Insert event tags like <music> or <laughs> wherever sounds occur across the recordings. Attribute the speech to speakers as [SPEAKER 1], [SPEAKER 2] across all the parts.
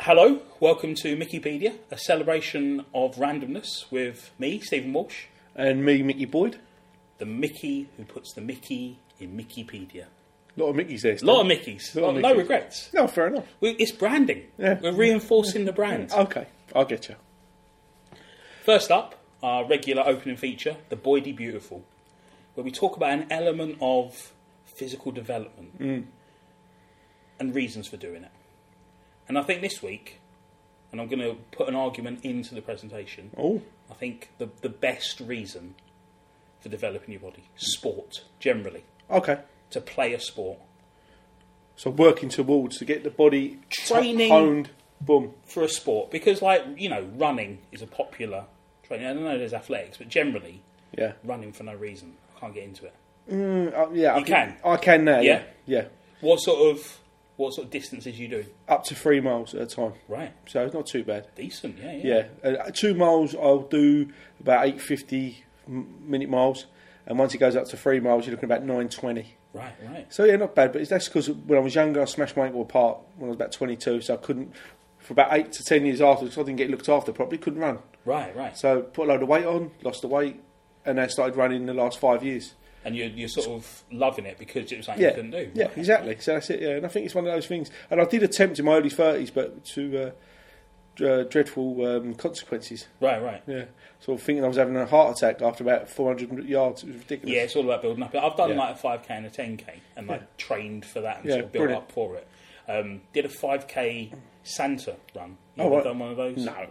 [SPEAKER 1] Hello, welcome to Mickeypedia, a celebration of randomness with me, Stephen Walsh,
[SPEAKER 2] And me, Mickey Boyd.
[SPEAKER 1] the Mickey who puts the Mickey in Mickeypedia.
[SPEAKER 2] A lot of Mickeys there.
[SPEAKER 1] A
[SPEAKER 2] Still.
[SPEAKER 1] lot of Mickeys,
[SPEAKER 2] Lot of
[SPEAKER 1] no
[SPEAKER 2] Mickeys.
[SPEAKER 1] regrets.
[SPEAKER 2] No, fair enough.
[SPEAKER 1] We, it's branding.
[SPEAKER 2] Yeah. Um,
[SPEAKER 1] We're reinforcing the brand.
[SPEAKER 2] Okay, I'll get you.
[SPEAKER 1] First up, our regular opening feature, The Boydie Beautiful, where we talk about an element of physical development
[SPEAKER 2] Mm.
[SPEAKER 1] and reasons for doing it. And I think this week, and I'm going to put an argument into the presentation,
[SPEAKER 2] Oh,
[SPEAKER 1] I think the, the best reason for developing your body, sport generally,
[SPEAKER 2] okay.
[SPEAKER 1] to play a sport
[SPEAKER 2] So working towards to get the body
[SPEAKER 1] Training.
[SPEAKER 2] honed. Boom.
[SPEAKER 1] for a sport because, like you know, running is a popular training. I don't know there's athletics, but generally,
[SPEAKER 2] Yeah.
[SPEAKER 1] running for no reason. I can't get into it.
[SPEAKER 2] Mm, uh, yeah. I
[SPEAKER 1] You can.
[SPEAKER 2] I can now. Yeah.
[SPEAKER 1] Yeah.
[SPEAKER 2] yeah.
[SPEAKER 1] What sort of what sort of distances you doing?
[SPEAKER 2] Up to three miles at a time.
[SPEAKER 1] Right,
[SPEAKER 2] So it's not too bad.
[SPEAKER 1] decent. Yeah, yeah.
[SPEAKER 2] Yeah. Uh, two miles, I'll do about eight fifty minute miles, and once it goes up to three miles, you're looking about nine twenty.
[SPEAKER 1] Right, right.
[SPEAKER 2] So yeah, not bad. But it's- that's because when I was younger, I smashed my ankle apart when I was about 22, so I couldn't. For about eight to ten years afterwards, 'cause I didn't get looked after properly. Couldn't run,
[SPEAKER 1] Right, right.
[SPEAKER 2] so put a load of weight on, lost the weight, and then started running in the last five years.
[SPEAKER 1] and you're, you're sort of loving it because it was something
[SPEAKER 2] Yeah,
[SPEAKER 1] you couldn't do.
[SPEAKER 2] yeah,
[SPEAKER 1] Right.
[SPEAKER 2] exactly. So that's it. Yeah, and I think it's one of those things. And I did attempt in my early 30s, but to uh, d- uh, dreadful um, consequences.
[SPEAKER 1] Right, right.
[SPEAKER 2] Yeah, sort of thinking I was having a heart attack after about 400 yards. It was ridiculous.
[SPEAKER 1] Yeah, it's all about building up. I've done
[SPEAKER 2] Yeah.
[SPEAKER 1] like a five k and a ten k, and like trained for that and
[SPEAKER 2] Yeah,
[SPEAKER 1] sort of built
[SPEAKER 2] brilliant.
[SPEAKER 1] up for it. Um, did a five k Santa run. You
[SPEAKER 2] Oh,
[SPEAKER 1] ever
[SPEAKER 2] right.
[SPEAKER 1] done one of those?
[SPEAKER 2] No.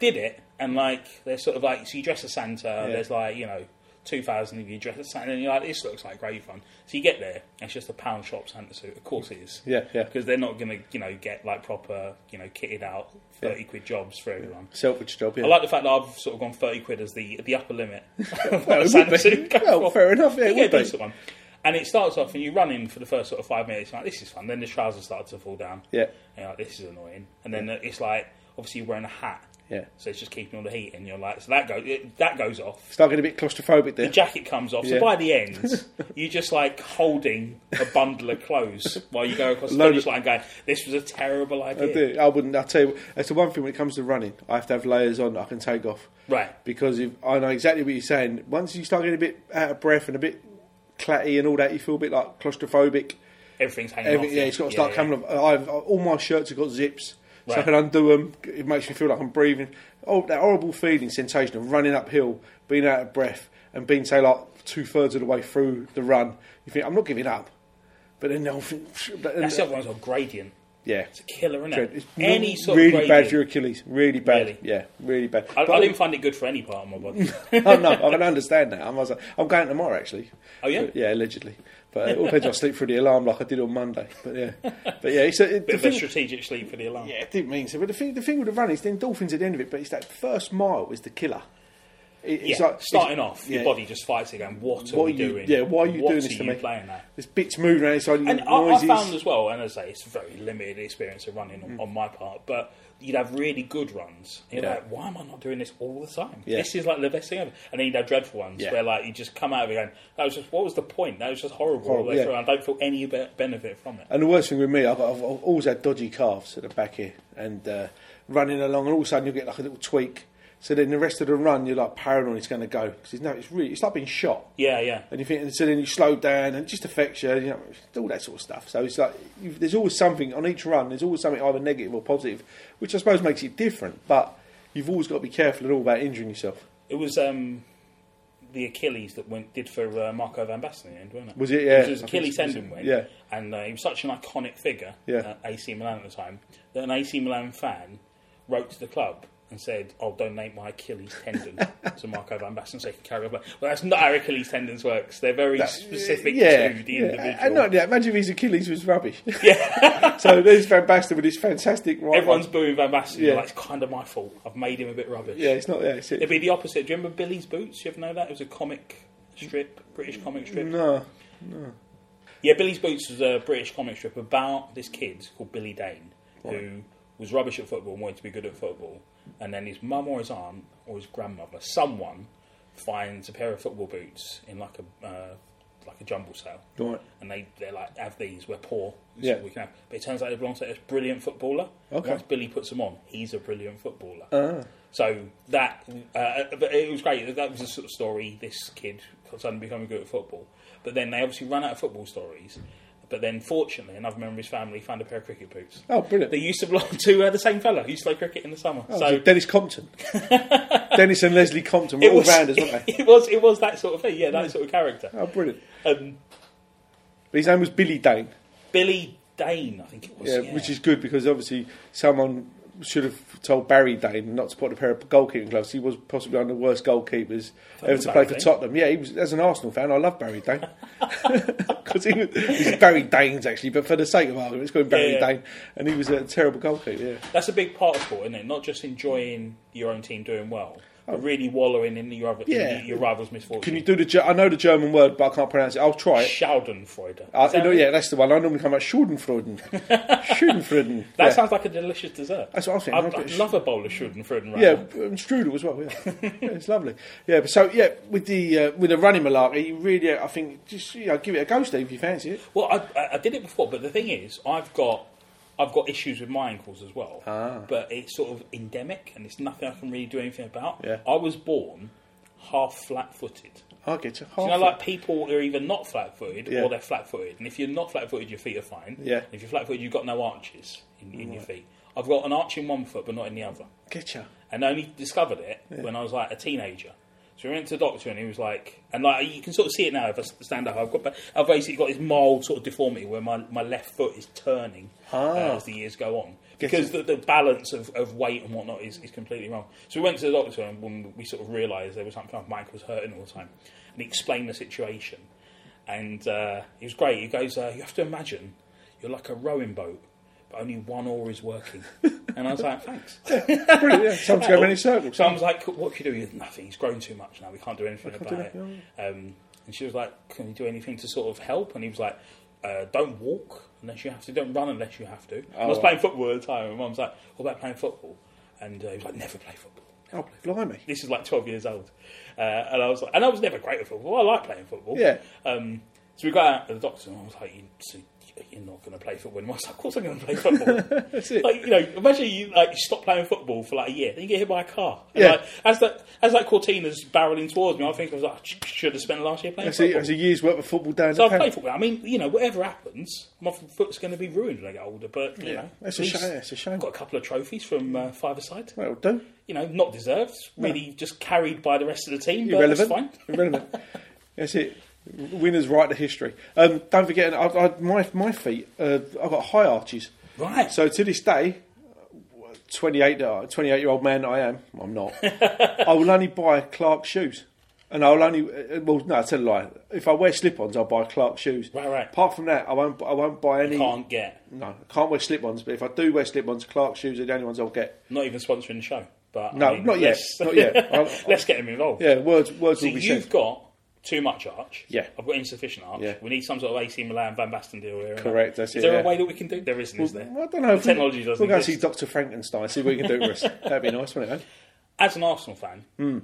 [SPEAKER 1] Did it, and like they're sort of like so you dress as Santa. There's like you know two thousand of you dress as Santa, and you're like this looks like great fun. So you get there, and it's just a pound shop Santa suit. Of course it is.
[SPEAKER 2] Yeah, yeah.
[SPEAKER 1] Because they're not gonna you know get like proper you know kitted out thirty quid jobs for everyone.
[SPEAKER 2] Selfish job. Yeah.
[SPEAKER 1] I like the fact that I've sort of gone thirty quid as the the upper limit. <laughs>
[SPEAKER 2] Well, it would
[SPEAKER 1] Santa
[SPEAKER 2] be.
[SPEAKER 1] suit goes
[SPEAKER 2] <laughs> Well,
[SPEAKER 1] for.
[SPEAKER 2] fair enough. Yeah, it
[SPEAKER 1] Yeah,
[SPEAKER 2] would be.
[SPEAKER 1] decent one. And it starts off, and you run in for the first sort of five minutes. You're like, this is fun. Then the trousers start to fall down.
[SPEAKER 2] Yeah.
[SPEAKER 1] And you're like, this is annoying. And then uh, it's like, obviously, you're wearing a hat.
[SPEAKER 2] Yeah.
[SPEAKER 1] So it's just keeping all the heat, and you're like, so that goes, it, that goes off.
[SPEAKER 2] Start getting a bit claustrophobic there.
[SPEAKER 1] The jacket comes off. So
[SPEAKER 2] Yeah.
[SPEAKER 1] by the
[SPEAKER 2] <laughs>
[SPEAKER 1] end, you're just like holding a bundle of clothes while you go across the
[SPEAKER 2] Load
[SPEAKER 1] finish
[SPEAKER 2] of-
[SPEAKER 1] line, going, "This was a terrible idea."
[SPEAKER 2] I do. I wouldn't. I tell you, that's the one thing when it comes to running. I have to have layers on that I can take off.
[SPEAKER 1] Right.
[SPEAKER 2] Because if, I know exactly what you're saying. Once you start getting a bit out of breath and a bit clatty and all that, you feel a bit like claustrophobic.
[SPEAKER 1] Everything's hanging
[SPEAKER 2] Every,
[SPEAKER 1] off.
[SPEAKER 2] yeah, it's got to start
[SPEAKER 1] yeah.
[SPEAKER 2] coming off. I've, all my shirts have got zips, so I
[SPEAKER 1] Right.
[SPEAKER 2] can undo them. It makes me feel like I'm breathing. Oh, that horrible feeling, sensation of running uphill, being out of breath, and being say like two thirds of the way through the run. You think I'm not giving up, but then they'll think,
[SPEAKER 1] That's the other one's on gradient.
[SPEAKER 2] yeah.
[SPEAKER 1] It's a killer, isn't
[SPEAKER 2] Dread.
[SPEAKER 1] it?
[SPEAKER 2] It's
[SPEAKER 1] Any
[SPEAKER 2] re-
[SPEAKER 1] sort
[SPEAKER 2] really
[SPEAKER 1] of
[SPEAKER 2] bad
[SPEAKER 1] gradient.
[SPEAKER 2] for your Achilles. Really bad.
[SPEAKER 1] Really?
[SPEAKER 2] Yeah, really bad.
[SPEAKER 1] I,
[SPEAKER 2] But
[SPEAKER 1] I didn't find it good for any part of my
[SPEAKER 2] <laughs>
[SPEAKER 1] body.
[SPEAKER 2] oh, no, I can understand that. I'm, I was like, I'm going tomorrow actually.
[SPEAKER 1] Oh, yeah?
[SPEAKER 2] But, yeah, allegedly. But it all depends. if I sleep through the alarm like I did on Monday. But yeah, but yeah, it's a,
[SPEAKER 1] Bit
[SPEAKER 2] it, the
[SPEAKER 1] of a
[SPEAKER 2] thing,
[SPEAKER 1] strategic sleep for the alarm.
[SPEAKER 2] yeah, I didn't mean so. But the thing, the thing with the run is the endorphins at the end of it. But it's that first mile is the killer. It- it's
[SPEAKER 1] Yeah,
[SPEAKER 2] like
[SPEAKER 1] starting
[SPEAKER 2] it's-
[SPEAKER 1] off, your body just fights again. What are
[SPEAKER 2] What
[SPEAKER 1] we
[SPEAKER 2] are you-
[SPEAKER 1] doing?
[SPEAKER 2] yeah, why are you
[SPEAKER 1] what
[SPEAKER 2] doing this
[SPEAKER 1] are
[SPEAKER 2] to
[SPEAKER 1] you
[SPEAKER 2] me?
[SPEAKER 1] Playing at?
[SPEAKER 2] There's bits moving around inside you.
[SPEAKER 1] And I, I
[SPEAKER 2] noises. Mm.
[SPEAKER 1] found as well, and as I say, it's a very limited experience of running on, on my part, but you'd have really good runs. And you're
[SPEAKER 2] Yeah.
[SPEAKER 1] like, why am I not doing this all the time?
[SPEAKER 2] Yeah.
[SPEAKER 1] This is like the best thing ever. And then you'd have dreadful ones
[SPEAKER 2] Yeah.
[SPEAKER 1] where like you just come out of it going, that was just, what was the point? That was just horrible. all the
[SPEAKER 2] Horrible,
[SPEAKER 1] way
[SPEAKER 2] yeah.
[SPEAKER 1] through. I don't feel any be- benefit from it.
[SPEAKER 2] And the worst thing with me, I've, I've, I've always had dodgy calves at the back here, and uh, running along, and all of a sudden you get like a little tweak. So then the rest of the run, you're like paranoid it's going to go because no, it's really it's like being shot.
[SPEAKER 1] Yeah, yeah.
[SPEAKER 2] And you think, and so then you slow down, and it just affects you, you know, all that sort of stuff. So it's like you there's always something on each run. There's always something either negative or positive, which I suppose makes it different. But you've always got to be careful at all about injuring yourself.
[SPEAKER 1] It was um, the Achilles that went did for uh, Marco van Basten in the end, wasn't it?
[SPEAKER 2] Was it? Yeah.
[SPEAKER 1] It was
[SPEAKER 2] I think
[SPEAKER 1] Achilles
[SPEAKER 2] it was-
[SPEAKER 1] tendon went.
[SPEAKER 2] yeah.
[SPEAKER 1] And uh, he was such an iconic figure
[SPEAKER 2] Yeah.
[SPEAKER 1] at AC Milan at the time that an AC Milan fan wrote to the club and said, "I'll donate my Achilles
[SPEAKER 2] <laughs>
[SPEAKER 1] tendon to Marco van Basten so he can carry on." Well, that's not how Achilles tendons works. They're very specific to the individual.
[SPEAKER 2] And not only that, imagine if his Achilles was rubbish. Yeah. <laughs> so there's Van Basten with his fantastic
[SPEAKER 1] <laughs>
[SPEAKER 2] right.
[SPEAKER 1] Everyone's booing Van Basten. You're
[SPEAKER 2] Yeah.
[SPEAKER 1] like, it's kind of my fault. I've made him a bit rubbish.
[SPEAKER 2] Yeah, it's not. Yeah, it's
[SPEAKER 1] It'd
[SPEAKER 2] it.
[SPEAKER 1] be the opposite. Do you remember Billy's Boots? You ever know that? It was a comic strip, British comic strip.
[SPEAKER 2] No.
[SPEAKER 1] Yeah, Billy's Boots was a British comic strip about this kid called Billy Dane who was rubbish at football and wanted to be good at football. And then his mum or his aunt or his grandmother, someone, finds a pair of football boots in like a uh, like a jumble sale,
[SPEAKER 2] Right.
[SPEAKER 1] and they they're like, have these. We're poor, so
[SPEAKER 2] Yeah.
[SPEAKER 1] we can have. But it turns out they belong to this brilliant footballer.
[SPEAKER 2] Okay. Ah.
[SPEAKER 1] Once Billy puts them on, he's a brilliant footballer. So that, uh, but it was great. That was the sort of story. This kid suddenly becoming good at football, but then they obviously ran out of football stories. But then, fortunately, another member of his family found a pair of cricket boots.
[SPEAKER 2] Oh, brilliant.
[SPEAKER 1] They used to belong to uh, the same fella who used to play cricket in the summer.
[SPEAKER 2] Oh,
[SPEAKER 1] so
[SPEAKER 2] Dennis
[SPEAKER 1] <laughs>
[SPEAKER 2] Compton. Dennis and Leslie Compton were
[SPEAKER 1] it
[SPEAKER 2] all
[SPEAKER 1] was,
[SPEAKER 2] rounders,
[SPEAKER 1] <laughs>
[SPEAKER 2] weren't they?
[SPEAKER 1] it was it was that sort of thing. Yeah, that sort of character.
[SPEAKER 2] Oh, brilliant.
[SPEAKER 1] Um,
[SPEAKER 2] His name was Billy Dane,
[SPEAKER 1] Billy Dane, I think it was.
[SPEAKER 2] yeah,
[SPEAKER 1] Yeah,
[SPEAKER 2] which is good because obviously someone should have told Barry Dane not to put a pair of goalkeeping gloves. He was possibly one of the worst goalkeepers ever to play
[SPEAKER 1] Barry
[SPEAKER 2] for
[SPEAKER 1] Dane.
[SPEAKER 2] Tottenham. Yeah, he was, as an Arsenal fan, I love Barry Dane. <laughs> Because he was, he's Barry Danes, actually, but for the sake of argument, it's called Barry
[SPEAKER 1] Yeah, yeah.
[SPEAKER 2] Dane. And he was a terrible goalkeeper, yeah.
[SPEAKER 1] that's a big part of sport, isn't it? Not just enjoying your own team doing well, but really wallowing in your other,
[SPEAKER 2] Oh. Yeah.
[SPEAKER 1] in your rival's
[SPEAKER 2] Can
[SPEAKER 1] misfortune.
[SPEAKER 2] you do the... Ge- I know the German word, but I can't pronounce it. I'll try it.
[SPEAKER 1] Schadenfreude.
[SPEAKER 2] I,
[SPEAKER 1] Is that-
[SPEAKER 2] Uh, no, yeah, that's the one. I normally come
[SPEAKER 1] <laughs>
[SPEAKER 2] out Schadenfreude. Schadenfreude.
[SPEAKER 1] That
[SPEAKER 2] yeah.
[SPEAKER 1] sounds like a delicious dessert.
[SPEAKER 2] That's what I was thinking.
[SPEAKER 1] I'd,
[SPEAKER 2] I'll
[SPEAKER 1] I'd
[SPEAKER 2] put sh-
[SPEAKER 1] love a bowl of Schadenfreude right
[SPEAKER 2] yeah,
[SPEAKER 1] now.
[SPEAKER 2] and strudel as well. Yeah, yeah it's lovely. Yeah, but so yeah, with the uh, with the running malarkey, you really, uh, I think, just you know, give it a go, Steve, if you fancy it.
[SPEAKER 1] Well, I- I, I did it before, but the thing is, I've got I've got issues with my ankles as well.
[SPEAKER 2] Ah.
[SPEAKER 1] But it's sort of endemic, and it's nothing I can really do anything about.
[SPEAKER 2] Yeah.
[SPEAKER 1] I was born half flat-footed.
[SPEAKER 2] I'll get you. Half
[SPEAKER 1] You know, like people are either not flat-footed
[SPEAKER 2] Yeah.
[SPEAKER 1] or they're flat-footed, and if you're not flat-footed, your feet are fine.
[SPEAKER 2] Yeah.
[SPEAKER 1] If you're flat-footed, you've got no arches in, in your feet. I've got an arch in one foot, but not in the other
[SPEAKER 2] get you.
[SPEAKER 1] and I only discovered it when I was like a teenager. So we went to the doctor, and he was like, and like you can sort of see it now if I s- stand up. I've got, but I've basically got this mild sort of deformity where my, my left foot is turning uh,
[SPEAKER 2] Ah.
[SPEAKER 1] as the years go on
[SPEAKER 2] Get
[SPEAKER 1] because the, the balance of, of weight and whatnot is, is completely wrong. So we went to the doctor, and when we sort of realised there was something like my ankle was hurting all the time, and he explained the situation, and uh, he was great. He goes, uh, you have to imagine you're like a rowing boat, but only one oar is
[SPEAKER 2] <laughs>
[SPEAKER 1] working, and I was like, thanks.
[SPEAKER 2] Brilliant. Yeah.
[SPEAKER 1] <laughs>
[SPEAKER 2] Time to go many circles.
[SPEAKER 1] So I was like, what can you do? He goes, Nothing. He's grown too much now. We can't do anything about
[SPEAKER 2] do
[SPEAKER 1] it. Um, and she was like, can we do anything to sort of help? And he was like, uh, don't walk unless you have to. Don't run unless you have to. And I was
[SPEAKER 2] Oh.
[SPEAKER 1] playing football at the time. And mum's like, what about playing football? And uh, he was like, never play football.
[SPEAKER 2] Oh, blimey.
[SPEAKER 1] This is like 12 years old. Uh, and I was like, and I was never great at football. I like playing football.
[SPEAKER 2] Yeah.
[SPEAKER 1] Um, so we got out to the doctor and I was like, you, so you're not going to play football anymore. I was like, of course I'm going to play football.
[SPEAKER 2] <laughs> That's it.
[SPEAKER 1] Like you know, imagine you like you stop playing football for like a year, then you get hit by a car. And,
[SPEAKER 2] Yeah.
[SPEAKER 1] Like, as that as that Cortina's barreling towards me, I think I was like, I sh- should have spent the last year playing
[SPEAKER 2] That's a,
[SPEAKER 1] football.
[SPEAKER 2] that's a year's worth of football down
[SPEAKER 1] so
[SPEAKER 2] the
[SPEAKER 1] I play
[SPEAKER 2] pan.
[SPEAKER 1] football. I mean, you know, whatever happens, my f- foot's going to be ruined when I get older. But you know,
[SPEAKER 2] That's
[SPEAKER 1] at
[SPEAKER 2] a
[SPEAKER 1] least
[SPEAKER 2] shame. That's a
[SPEAKER 1] I've
[SPEAKER 2] shame.
[SPEAKER 1] got a couple of trophies from uh, five aside.
[SPEAKER 2] That'll do.
[SPEAKER 1] You know, not deserved. Really, just carried by the rest of the team. But that's
[SPEAKER 2] Irrelevant.
[SPEAKER 1] fine.
[SPEAKER 2] Irrelevant. <laughs> That's it. Winners write the history. Um, don't forget, I, I, my my feet. Uh, I've got high arches.
[SPEAKER 1] Right.
[SPEAKER 2] So to this day, 28, that I- 28 year old man that I am, I'm not,
[SPEAKER 1] <laughs>
[SPEAKER 2] I will only buy Clark shoes. And I'll only, uh, well, no, I tell a lie. If I wear slip ons, I'll buy Clark shoes.
[SPEAKER 1] Right, right.
[SPEAKER 2] Apart from that, I won't, I won't buy any.
[SPEAKER 1] Can't get.
[SPEAKER 2] No, I can't wear slip ons, but if I do wear slip ons, Clark shoes are the only ones I'll get.
[SPEAKER 1] Not even sponsoring the show. But
[SPEAKER 2] No,
[SPEAKER 1] I mean,
[SPEAKER 2] not yet.
[SPEAKER 1] let's-
[SPEAKER 2] Not
[SPEAKER 1] <laughs>
[SPEAKER 2] yet. I'll-
[SPEAKER 1] let's get him involved.
[SPEAKER 2] yeah, words, words
[SPEAKER 1] So
[SPEAKER 2] will be
[SPEAKER 1] you've
[SPEAKER 2] said.
[SPEAKER 1] got too much arch.
[SPEAKER 2] Yeah.
[SPEAKER 1] I've got insufficient arch.
[SPEAKER 2] Yeah.
[SPEAKER 1] We need some sort of AC Milan Van Basten deal here. isn't
[SPEAKER 2] Correct,
[SPEAKER 1] there?
[SPEAKER 2] that's
[SPEAKER 1] is
[SPEAKER 2] it,
[SPEAKER 1] there a
[SPEAKER 2] yeah.
[SPEAKER 1] way that we can do? There isn't, is there?
[SPEAKER 2] I don't know. if we-
[SPEAKER 1] Technology doesn't
[SPEAKER 2] We'll go
[SPEAKER 1] exist.
[SPEAKER 2] see Dr. Frankenstein, see what he can do
[SPEAKER 1] <laughs>
[SPEAKER 2] for us. That'd be nice, wouldn't it?
[SPEAKER 1] As an Arsenal fan,
[SPEAKER 2] Hmm.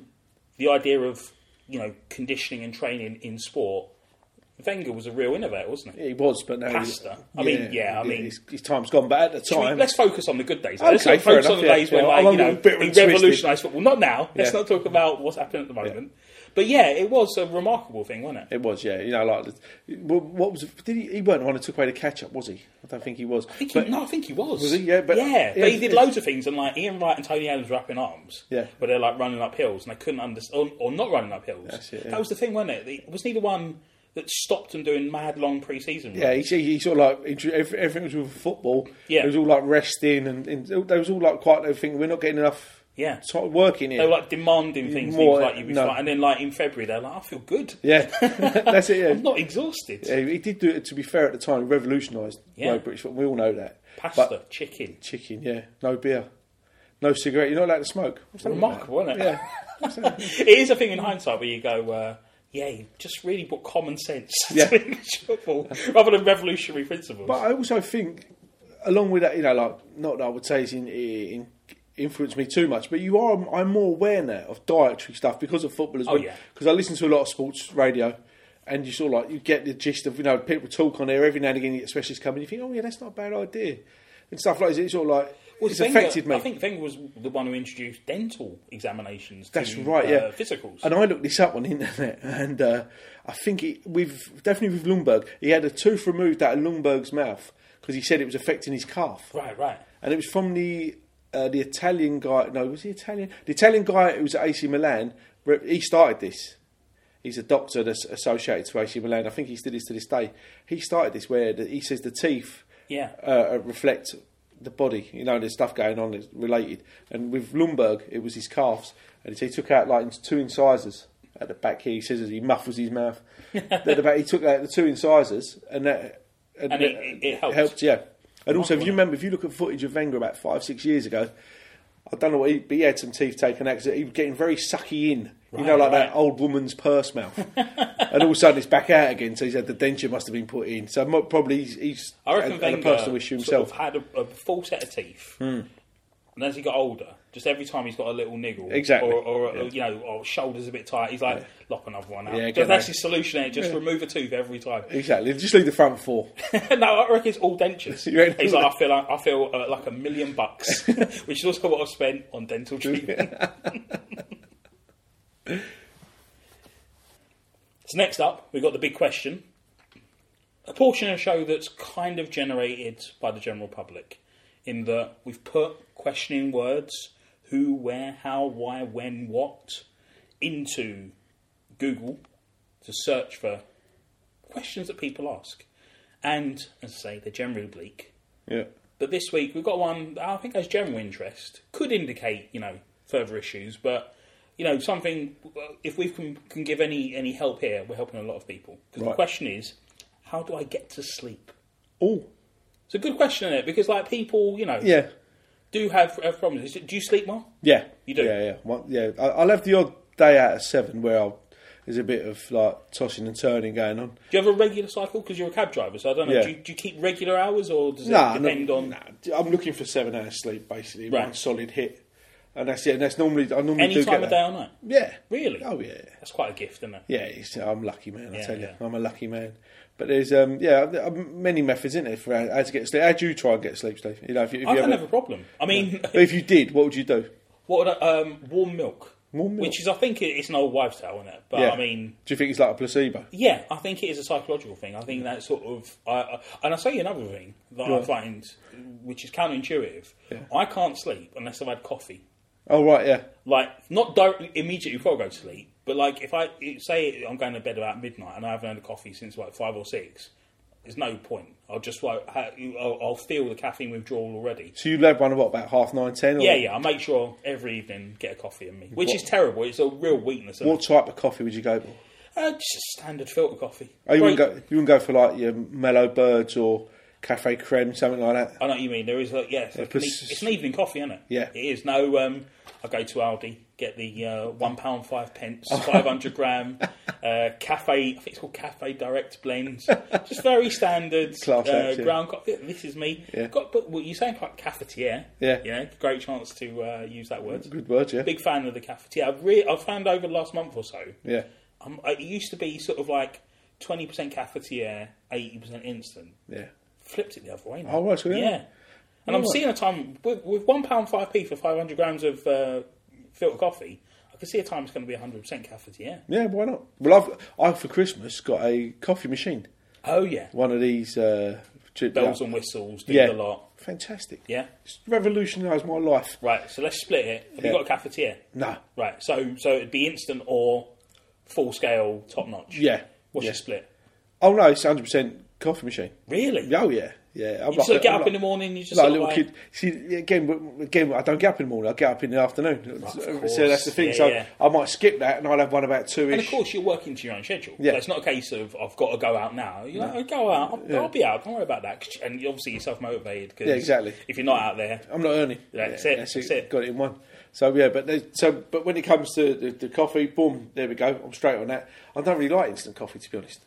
[SPEAKER 1] the idea of you know conditioning and training in sport, Wenger was a real innovator, wasn't he?
[SPEAKER 2] eh? He was, but now.
[SPEAKER 1] Pasta. I mean, yeah, I mean-
[SPEAKER 2] His, his time's gone, but at the
[SPEAKER 1] I mean,
[SPEAKER 2] time.
[SPEAKER 1] Let's focus on the good days.
[SPEAKER 2] Okay,
[SPEAKER 1] let's not
[SPEAKER 2] fair
[SPEAKER 1] focus
[SPEAKER 2] enough,
[SPEAKER 1] on the
[SPEAKER 2] yeah,
[SPEAKER 1] days
[SPEAKER 2] yeah.
[SPEAKER 1] when
[SPEAKER 2] I
[SPEAKER 1] like, you
[SPEAKER 2] won't
[SPEAKER 1] know,
[SPEAKER 2] go bitter
[SPEAKER 1] we
[SPEAKER 2] and twisted.
[SPEAKER 1] revolutionised football. Not now. Let's
[SPEAKER 2] Yeah.
[SPEAKER 1] not talk about what's happening at the moment. But yeah, it was a remarkable thing, wasn't it?
[SPEAKER 2] It was, yeah. You know, like the- what what was did he? He weren't the one who took away the catch up, was he? I don't think he was.
[SPEAKER 1] I think he,
[SPEAKER 2] But-
[SPEAKER 1] no, I think he was.
[SPEAKER 2] Was he? Yeah, but-
[SPEAKER 1] yeah,
[SPEAKER 2] yeah,
[SPEAKER 1] but he did
[SPEAKER 2] it's-
[SPEAKER 1] loads of things, and like Ian Wright and Tony Adams were up in arms.
[SPEAKER 2] Yeah.
[SPEAKER 1] but they're like running up hills, and they couldn't understand, or, or not running up hills.
[SPEAKER 2] That's it, yeah.
[SPEAKER 1] That was the thing, wasn't it? It was neither one that stopped them doing mad long pre-season.
[SPEAKER 2] yeah,
[SPEAKER 1] runs.
[SPEAKER 2] he, he sort of like intro- every- everything was with football.
[SPEAKER 1] Yeah.
[SPEAKER 2] it was all like resting and, and they was all like quite. They were thinking we're not getting enough.
[SPEAKER 1] Yeah.
[SPEAKER 2] sort of work in here.
[SPEAKER 1] they were like demanding things. and he
[SPEAKER 2] More,
[SPEAKER 1] was like, "You'll be
[SPEAKER 2] no.
[SPEAKER 1] fine," and then like in February, they're like, "I feel good.
[SPEAKER 2] yeah,
[SPEAKER 1] <laughs>
[SPEAKER 2] that's it. Yeah.
[SPEAKER 1] I'm not exhausted."
[SPEAKER 2] Yeah, he did do it. To be fair, at the time, he revolutionised the
[SPEAKER 1] Yeah.
[SPEAKER 2] way British football. We all know that.
[SPEAKER 1] Pasta,
[SPEAKER 2] But
[SPEAKER 1] chicken,
[SPEAKER 2] chicken, yeah, no beer, no cigarette. You're not allowed to smoke. What's that all about?
[SPEAKER 1] remarkable, isn't it?
[SPEAKER 2] Yeah. What's
[SPEAKER 1] <laughs>
[SPEAKER 2] that?
[SPEAKER 1] it is a thing in hindsight where you go, uh, yeah, you just really brought common sense <laughs>
[SPEAKER 2] Yeah.
[SPEAKER 1] to English football rather than revolutionary principles.
[SPEAKER 2] But I also think, along with that, you know, like not that I would say it's in, in, influenced me too much, but you are I'm more aware now of dietary stuff because of football as well.
[SPEAKER 1] yeah.
[SPEAKER 2] Because I listen to a lot of sports radio, and you sort of like you get the gist of you know people talk on there every now and again. You get specialists coming. You think, oh yeah, that's not a bad idea, and stuff like that. It's sort of like it's
[SPEAKER 1] Wenger-
[SPEAKER 2] affected me.
[SPEAKER 1] I think Wenger was the one who introduced dental examinations.
[SPEAKER 2] That's
[SPEAKER 1] to,
[SPEAKER 2] right,
[SPEAKER 1] uh,
[SPEAKER 2] yeah.
[SPEAKER 1] Physicals.
[SPEAKER 2] And I looked this up on the <laughs> internet, and uh, I think it, with definitely with Lundberg, he had a tooth removed out of Lundberg's mouth because he said it was affecting his calf,
[SPEAKER 1] right, right.
[SPEAKER 2] and it was from the uh, the Italian guy. No, was he Italian? The Italian guy who was at AC Milan. rep- He started this. He's a doctor that's associated to AC Milan. I think he still is to this day. He started this where the, he says the teeth
[SPEAKER 1] Yeah.
[SPEAKER 2] uh, reflect the body. You know, there's stuff going on that's related. And with Lundberg, it was his calves, and he took out like two incisors at the back here. He says as he muffles
[SPEAKER 1] <laughs>
[SPEAKER 2] his mouth. at the back, he took out the two incisors, and that
[SPEAKER 1] And it- it- it helped.
[SPEAKER 2] Yeah. And also, if you remember, if you look at footage of Wenger about five, six years ago, I don't know what he, but he had some teeth taken out because he was getting very sucky in. you know,
[SPEAKER 1] Right,
[SPEAKER 2] like that
[SPEAKER 1] right.
[SPEAKER 2] old woman's
[SPEAKER 1] <laughs>
[SPEAKER 2] purse mouth. and all of a sudden it's back out again, so he's had the denture must have been put in. So mo- probably he's, he's
[SPEAKER 1] I reckon
[SPEAKER 2] had, had
[SPEAKER 1] Wenger
[SPEAKER 2] a personal issue
[SPEAKER 1] sort
[SPEAKER 2] himself.
[SPEAKER 1] of had a, a full set of teeth,
[SPEAKER 2] Hmm.
[SPEAKER 1] and as he got older, just every time he's got a little niggle,
[SPEAKER 2] Exactly,
[SPEAKER 1] or, or
[SPEAKER 2] yeah.
[SPEAKER 1] you know, or shoulders a bit tight, he's like, lock another one out.
[SPEAKER 2] Yeah,
[SPEAKER 1] Just-
[SPEAKER 2] get
[SPEAKER 1] that's
[SPEAKER 2] that.
[SPEAKER 1] his solution. There, just remove a tooth every time.
[SPEAKER 2] Exactly. Just leave the front four.
[SPEAKER 1] <laughs> no, I reckon it's all dentures.
[SPEAKER 2] You reckon?
[SPEAKER 1] He's like, I feel, like, I feel uh, like a million bucks, which is also what I've spent on dental treatment. so next up, we've got the big question. A portion of the show that's kind of generated by the general public, in that we've put questioning words, who, where, how, why, when, what, into Google to search for questions that people ask. And as I say, they're generally bleak.
[SPEAKER 2] Yeah.
[SPEAKER 1] But this week we've got one that I think has general interest, could indicate, you know, further issues, but you know, something. uh, If we can, can give any any help here, we're helping a lot of people. Because the
[SPEAKER 2] Right.
[SPEAKER 1] question is, how do I get to sleep?
[SPEAKER 2] Oh,
[SPEAKER 1] It's a good question, isn't it? Because like people, you know,
[SPEAKER 2] yeah.
[SPEAKER 1] do have, have problems. Do you sleep well?
[SPEAKER 2] Yeah.
[SPEAKER 1] You do?
[SPEAKER 2] Yeah, yeah. Well, yeah. I, I'll have the odd day out of seven where I'll, there's a bit of like tossing and turning going on.
[SPEAKER 1] Do you have a regular cycle? Because you're a cab driver, so I don't know.
[SPEAKER 2] Yeah.
[SPEAKER 1] Do, you, do you keep regular hours, or does it
[SPEAKER 2] Nah,
[SPEAKER 1] depend
[SPEAKER 2] no,
[SPEAKER 1] on
[SPEAKER 2] nah. I'm looking for seven hours sleep basically,
[SPEAKER 1] Right.
[SPEAKER 2] one solid hit. And that's it. And that's normally, I normally
[SPEAKER 1] any
[SPEAKER 2] do
[SPEAKER 1] time
[SPEAKER 2] get
[SPEAKER 1] of day
[SPEAKER 2] that.
[SPEAKER 1] or night?
[SPEAKER 2] Yeah.
[SPEAKER 1] Really?
[SPEAKER 2] Oh, yeah.
[SPEAKER 1] That's quite a gift, isn't it?
[SPEAKER 2] Yeah, it's, I'm lucky, man. I
[SPEAKER 1] Yeah,
[SPEAKER 2] tell you,
[SPEAKER 1] yeah.
[SPEAKER 2] I'm a lucky man. But there's um, yeah, there are many methods in there for how, how to get sleep. How do you try and get sleep, Steve? You know, if you, if
[SPEAKER 1] I
[SPEAKER 2] you
[SPEAKER 1] don't
[SPEAKER 2] ever-
[SPEAKER 1] have a problem. I mean, <laughs>
[SPEAKER 2] But if you did, what would you do?
[SPEAKER 1] what would I, um, warm milk,
[SPEAKER 2] Warm milk.
[SPEAKER 1] which is I think it- it's an old wives' tale, isn't it? But
[SPEAKER 2] yeah.
[SPEAKER 1] I mean,
[SPEAKER 2] do you think it's like a placebo?
[SPEAKER 1] yeah, I think it is a psychological thing. I think that sort of, I, I, and I say another thing that I
[SPEAKER 2] Yeah.
[SPEAKER 1] find, which is counterintuitive.
[SPEAKER 2] Yeah.
[SPEAKER 1] I can't sleep unless I've had coffee.
[SPEAKER 2] Oh right, yeah,
[SPEAKER 1] Like not directly immediately before I go to sleep, but like if I say I'm going to bed about midnight and I haven't had a coffee since like five or six, there's no point. I'll just like ha- I'll, I'll feel the caffeine withdrawal already.
[SPEAKER 2] So you'd have one of what about half nine, ten? Or
[SPEAKER 1] Yeah, yeah. I make sure every evening get a coffee in me, which
[SPEAKER 2] What-
[SPEAKER 1] is terrible. It's a real weakness. Of
[SPEAKER 2] What type of coffee would you go for?
[SPEAKER 1] Uh, just a standard filter coffee.
[SPEAKER 2] Oh, you wouldn't
[SPEAKER 1] Great-
[SPEAKER 2] go. You wouldn't go for like your mellow birds or cafe creme, something like that.
[SPEAKER 1] I know what you mean. There is, a, yeah, it's, like an,
[SPEAKER 2] pers-
[SPEAKER 1] e- it's an evening coffee, isn't it?
[SPEAKER 2] Yeah.
[SPEAKER 1] it is. No, um, I go to Aldi, get the uh, one pound five pence,
[SPEAKER 2] Oh.
[SPEAKER 1] five hundred gram uh, cafe. I think it's called Cafe Direct Blends. Just very standard
[SPEAKER 2] <laughs> Class
[SPEAKER 1] uh,
[SPEAKER 2] act, yeah.
[SPEAKER 1] ground coffee. This is me.
[SPEAKER 2] Yeah.
[SPEAKER 1] Got, but well, you sound quite cafetiere.
[SPEAKER 2] Yeah.
[SPEAKER 1] you know, great chance to uh, use that word.
[SPEAKER 2] Good word, yeah,
[SPEAKER 1] Big fan of the cafetiere. I've really, I've found over the last month or so.
[SPEAKER 2] yeah.
[SPEAKER 1] Um, it used to be sort of like twenty percent cafetiere, eighty percent instant.
[SPEAKER 2] Yeah.
[SPEAKER 1] Flipped it the other way. Now.
[SPEAKER 2] Oh, right, so yeah.
[SPEAKER 1] yeah. And I'm
[SPEAKER 2] Right.
[SPEAKER 1] seeing a time with, with one pound five p for five hundred grams of uh, filter coffee. I can see a time it's going to be hundred percent cafetiere.
[SPEAKER 2] Yeah, why not? Well, I've I for Christmas got a coffee machine,
[SPEAKER 1] Oh yeah,
[SPEAKER 2] one of these uh, chip-
[SPEAKER 1] bells and whistles, do
[SPEAKER 2] Yeah.
[SPEAKER 1] the lot.
[SPEAKER 2] Fantastic.
[SPEAKER 1] Yeah.
[SPEAKER 2] It's revolutionised my life.
[SPEAKER 1] Right. So let's split it. Have
[SPEAKER 2] Yeah.
[SPEAKER 1] you got a cafetiere?
[SPEAKER 2] No.
[SPEAKER 1] Right. So so it'd be instant or full scale, top notch.
[SPEAKER 2] Yeah.
[SPEAKER 1] What's
[SPEAKER 2] yeah.
[SPEAKER 1] your split?
[SPEAKER 2] Oh no, it's hundred percent coffee machine.
[SPEAKER 1] Really?
[SPEAKER 2] Oh yeah, yeah. I'm
[SPEAKER 1] You sort of get
[SPEAKER 2] I'm
[SPEAKER 1] up in the morning. You just
[SPEAKER 2] Like a
[SPEAKER 1] sort of
[SPEAKER 2] little
[SPEAKER 1] like,
[SPEAKER 2] kid. See, again, w- again, I don't get up in the morning. I get up in the afternoon.
[SPEAKER 1] of
[SPEAKER 2] so that's the
[SPEAKER 1] course.
[SPEAKER 2] thing.
[SPEAKER 1] Yeah,
[SPEAKER 2] so
[SPEAKER 1] yeah.
[SPEAKER 2] I might skip that, and I'll have one about two
[SPEAKER 1] And of
[SPEAKER 2] ish.
[SPEAKER 1] course, you're working to your own schedule.
[SPEAKER 2] Yeah.
[SPEAKER 1] So it's not a case of I've got to go out now. You're like, I go out, I'll, I'll be out. Don't worry about that. 'Cause- And obviously, you're self motivated.
[SPEAKER 2] Yeah, exactly.
[SPEAKER 1] If you're not out there,
[SPEAKER 2] I'm not earning.
[SPEAKER 1] That's it, that's it.
[SPEAKER 2] Got it in one. So yeah, but they, so but when it comes to the, the coffee, boom, there we go. I'm straight on that. I don't really like instant coffee, to be honest.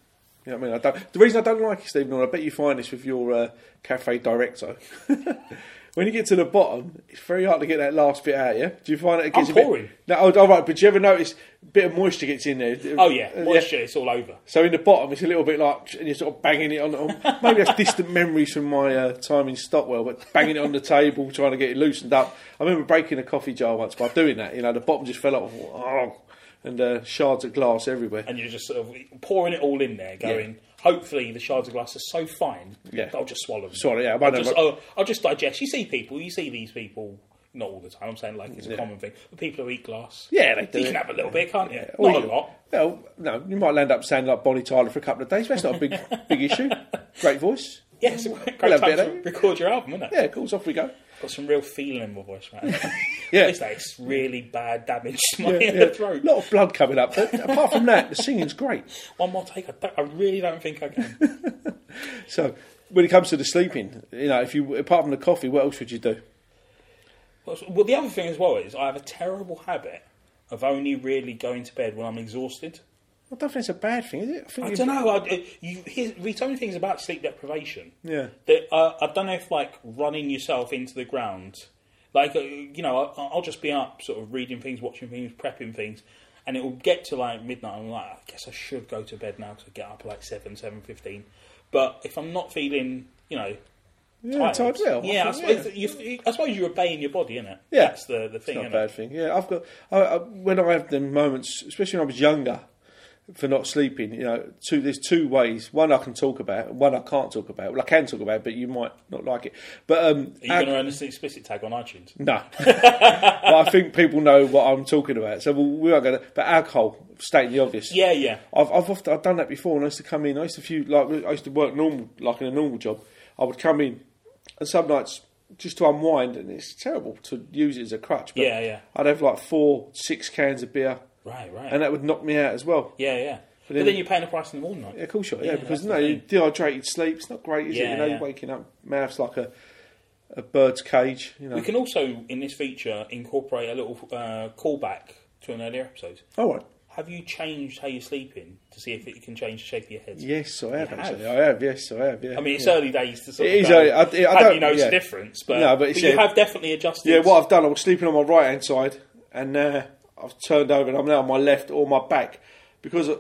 [SPEAKER 2] You know what I mean? I don't. The reason I don't like it, Stephen, and I bet you find this with your uh, cafe directo, <laughs> When you get to the bottom, it's very hard to get that last bit out. Yeah, do you find that it
[SPEAKER 1] I'm
[SPEAKER 2] gets a bit-
[SPEAKER 1] pouring.
[SPEAKER 2] No, oh, all right, but do you ever notice a bit of moisture gets in there?
[SPEAKER 1] Oh yeah,
[SPEAKER 2] Uh,
[SPEAKER 1] moisture. It's all over.
[SPEAKER 2] So in the bottom, it's a little bit like, and you're sort of banging it on. on <laughs> maybe that's distant memories from my uh, time in Stockwell, but banging it on the table, trying to get it loosened up. I remember breaking a coffee jar once by doing that. You know, the bottom just fell off. Oh, and uh, shards of glass everywhere.
[SPEAKER 1] and you're just sort of pouring it all in there, going, hopefully the shards of glass are so fine
[SPEAKER 2] Yeah.
[SPEAKER 1] that I'll just swallow them.
[SPEAKER 2] Sorry, yeah, I
[SPEAKER 1] I'll
[SPEAKER 2] know,
[SPEAKER 1] just,
[SPEAKER 2] but-
[SPEAKER 1] I'll, I'll just digest. You see people, you see these people, not all the time, I'm saying like it's a common thing, but people who eat glass.
[SPEAKER 2] Yeah, they do
[SPEAKER 1] You
[SPEAKER 2] it.
[SPEAKER 1] can have a little bit, can't you?
[SPEAKER 2] Or
[SPEAKER 1] Not
[SPEAKER 2] you-
[SPEAKER 1] a lot.
[SPEAKER 2] Well, no, you might land up sounding like Bonnie Tyler for a couple of days. That's not a big big issue. Great voice.
[SPEAKER 1] Yes, great
[SPEAKER 2] We'll have
[SPEAKER 1] time
[SPEAKER 2] a bit,
[SPEAKER 1] to
[SPEAKER 2] eh?
[SPEAKER 1] record your album, isn't it?
[SPEAKER 2] Yeah, of course, off
[SPEAKER 1] <laughs>
[SPEAKER 2] we go.
[SPEAKER 1] Got some real feeling in my voice
[SPEAKER 2] <laughs>
[SPEAKER 1] right now.
[SPEAKER 2] Yeah.
[SPEAKER 1] It's like it's really bad damage to my <laughs>
[SPEAKER 2] Yeah,
[SPEAKER 1] inner throat.
[SPEAKER 2] A lot of blood coming up, but apart from that, the singing's great.
[SPEAKER 1] One more take, I, don't- I really don't think I
[SPEAKER 2] <laughs>
[SPEAKER 1] can.
[SPEAKER 2] So, when it comes to the sleeping, you know, if you apart from the coffee, what else would you do?
[SPEAKER 1] Well, so- well, the other thing as well is I have a terrible habit of only really going to bed when I'm exhausted.
[SPEAKER 2] I don't think it's a bad thing, is it? think
[SPEAKER 1] I
[SPEAKER 2] you-
[SPEAKER 1] don't know. I, I- you hear, we told me things about sleep deprivation.
[SPEAKER 2] Yeah.
[SPEAKER 1] That uh, I don't know if like running yourself into the ground, like uh, you know, I, I'll just be up sort of reading things, watching things, prepping things, and it will get to like midnight. I'm like, I guess I should go to bed now because I get up at like seven, seven fifteen. But if I'm not feeling, you know.
[SPEAKER 2] Yeah, tired well. I
[SPEAKER 1] Yeah, I,
[SPEAKER 2] think,
[SPEAKER 1] suppose You, I suppose you're obeying your body, innit?
[SPEAKER 2] Yeah.
[SPEAKER 1] that's the the thing.
[SPEAKER 2] Not a
[SPEAKER 1] innit?
[SPEAKER 2] bad thing. Yeah, I've got. I, I, when I have the moments, especially when I was younger, for not sleeping, you know, two, there's two ways. One I can talk about, and one I can't talk about. Well, I can talk about, but you might not like it. But um,
[SPEAKER 1] Are you going to earn an explicit tag on iTunes?
[SPEAKER 2] No, <laughs> but I think people know what I'm talking about. So we we are going to. But alcohol, stating the obvious.
[SPEAKER 1] Yeah, yeah.
[SPEAKER 2] I've I've, often, I've done that before. And I used to come in. I used to few like I used to work normal, like in a normal job. I would come in, and some nights just to unwind, and it's terrible to use it as a crutch. But
[SPEAKER 1] Yeah, yeah.
[SPEAKER 2] I'd have like four, six cans of beer,
[SPEAKER 1] Right, right.
[SPEAKER 2] and that would knock me out as well.
[SPEAKER 1] Yeah, yeah. But,
[SPEAKER 2] then-
[SPEAKER 1] then you're paying the price in the morning, right?
[SPEAKER 2] Yeah, cool shot. Yeah,
[SPEAKER 1] Yeah,
[SPEAKER 2] because
[SPEAKER 1] that's
[SPEAKER 2] no,
[SPEAKER 1] the
[SPEAKER 2] you dehydrated sleep. It's not great, is it?
[SPEAKER 1] Yeah,
[SPEAKER 2] You know,
[SPEAKER 1] yeah.
[SPEAKER 2] waking up, mouth's like a a bird's cage. You know.
[SPEAKER 1] We can also, in this feature, incorporate a little uh, callback to an earlier episode.
[SPEAKER 2] All right.
[SPEAKER 1] Have you changed how you're sleeping to see if it can change the shape of your head?
[SPEAKER 2] Yes, I have,
[SPEAKER 1] have.
[SPEAKER 2] actually. I have. Yes, I have. Yeah.
[SPEAKER 1] I mean, it's
[SPEAKER 2] yeah.
[SPEAKER 1] early days to sort
[SPEAKER 2] It
[SPEAKER 1] of
[SPEAKER 2] is
[SPEAKER 1] go,
[SPEAKER 2] early. I- I
[SPEAKER 1] have
[SPEAKER 2] don't-
[SPEAKER 1] you noticed
[SPEAKER 2] yeah.
[SPEAKER 1] the difference? But,
[SPEAKER 2] No, but
[SPEAKER 1] but
[SPEAKER 2] it's,
[SPEAKER 1] you
[SPEAKER 2] yeah.
[SPEAKER 1] have definitely adjusted.
[SPEAKER 2] yeah. What I've done, I was sleeping on my right hand side, and uh, I've turned over, and I'm now on my left or my back because I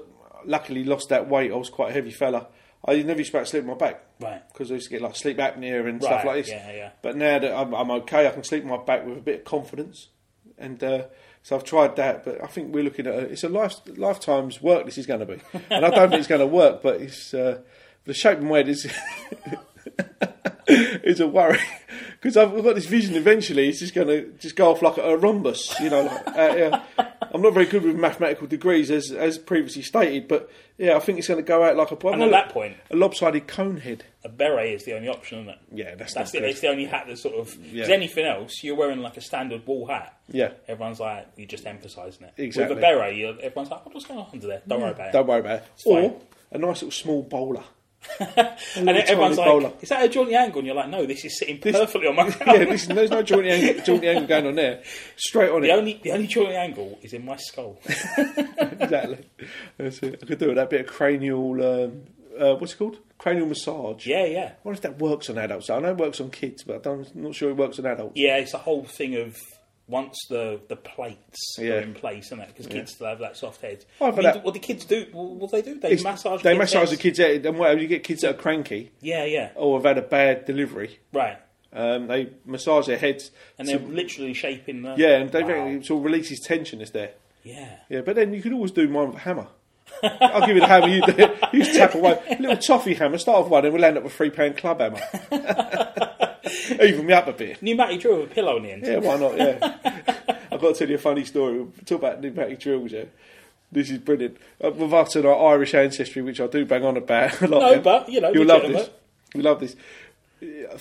[SPEAKER 2] luckily lost that weight. I was quite a heavy fella. I never used to be able to sleep on my back
[SPEAKER 1] Right.
[SPEAKER 2] because I used to get like sleep apnea and stuff
[SPEAKER 1] Right,
[SPEAKER 2] like this.
[SPEAKER 1] yeah, yeah.
[SPEAKER 2] But now that I'm, I'm okay, I can sleep on my back with a bit of confidence, and uh, so I've tried that. But I think we're looking at a, it's a life, lifetime's work. This is going
[SPEAKER 1] <laughs>
[SPEAKER 2] to be, and I don't think it's going to work. But it's uh, the shape and weight is <laughs> is a worry <laughs> because I've got this vision. Eventually, it's just going to just go off like a rhombus. You know, like, uh, yeah. I'm not very good with mathematical degrees, as as previously stated. But yeah, I think it's going to go out like a
[SPEAKER 1] And at that point,
[SPEAKER 2] a lopsided cone head.
[SPEAKER 1] a beret is the only option, isn't it?
[SPEAKER 2] Yeah, that's,
[SPEAKER 1] That's
[SPEAKER 2] not
[SPEAKER 1] it.
[SPEAKER 2] good.
[SPEAKER 1] It's the only hat that sort of.
[SPEAKER 2] Yeah.
[SPEAKER 1] Because anything else, you're wearing like a standard wool hat.
[SPEAKER 2] Yeah.
[SPEAKER 1] Everyone's like, you're just emphasising it.
[SPEAKER 2] Exactly.
[SPEAKER 1] With a beret, you're, everyone's like, "Oh, what's going on under there? Don't worry about it.
[SPEAKER 2] Don't worry about it.
[SPEAKER 1] fine.
[SPEAKER 2] Or a nice little
[SPEAKER 1] <laughs>
[SPEAKER 2] small bowler.
[SPEAKER 1] And then
[SPEAKER 2] Little
[SPEAKER 1] everyone's like,
[SPEAKER 2] tiny bowler.
[SPEAKER 1] is that a jointy angle? And you're like, no, this is sitting perfectly
[SPEAKER 2] <laughs>
[SPEAKER 1] on my crown.
[SPEAKER 2] yeah, listen, there's no joint angle, joint angle going on there. Straight on
[SPEAKER 1] the
[SPEAKER 2] it.
[SPEAKER 1] only the only jointy angle is in my skull.
[SPEAKER 2] Exactly. That's it. I could do it. That bit of cranial, um, uh, what's it called? Cranial massage.
[SPEAKER 1] yeah, yeah.
[SPEAKER 2] I wonder if that works on adults. I know it works on kids, but I don't- I'm not sure it works on adults.
[SPEAKER 1] Yeah, it's a whole thing of once the, the plates
[SPEAKER 2] Yeah.
[SPEAKER 1] are in place, isn't it? Because kids still have that soft head.
[SPEAKER 2] Oh,
[SPEAKER 1] I
[SPEAKER 2] for
[SPEAKER 1] mean,
[SPEAKER 2] that-
[SPEAKER 1] What the kids do, what they do, they
[SPEAKER 2] It's-
[SPEAKER 1] massage
[SPEAKER 2] they
[SPEAKER 1] kids'
[SPEAKER 2] massage the
[SPEAKER 1] heads.
[SPEAKER 2] kids out, and whatever. You get kids that are cranky
[SPEAKER 1] Yeah, yeah.
[SPEAKER 2] or have had a bad delivery.
[SPEAKER 1] Right.
[SPEAKER 2] Um, they massage their heads.
[SPEAKER 1] And
[SPEAKER 2] to-
[SPEAKER 1] they're literally shaping the.
[SPEAKER 2] yeah, and they
[SPEAKER 1] Wow.
[SPEAKER 2] really sort of releases tension, is there?
[SPEAKER 1] Yeah.
[SPEAKER 2] Yeah, but then you could always do mine with a hammer. I'll give you the hammer. You, you just tap away. Little toffee hammer. Start off one, and we'll end up with three pound club hammer. <laughs> Even me up a bit.
[SPEAKER 1] Pneumatic drill with a pillow on the end.
[SPEAKER 2] Yeah, why not? Yeah. I've got to tell you a funny story. We talk about pneumatic drills. Yeah, this is brilliant. Uh, With us and our Irish ancestry, which I do bang on about a lot.
[SPEAKER 1] No,
[SPEAKER 2] yeah.
[SPEAKER 1] but, you know,
[SPEAKER 2] you'll love this.
[SPEAKER 1] legitimate.
[SPEAKER 2] You love this.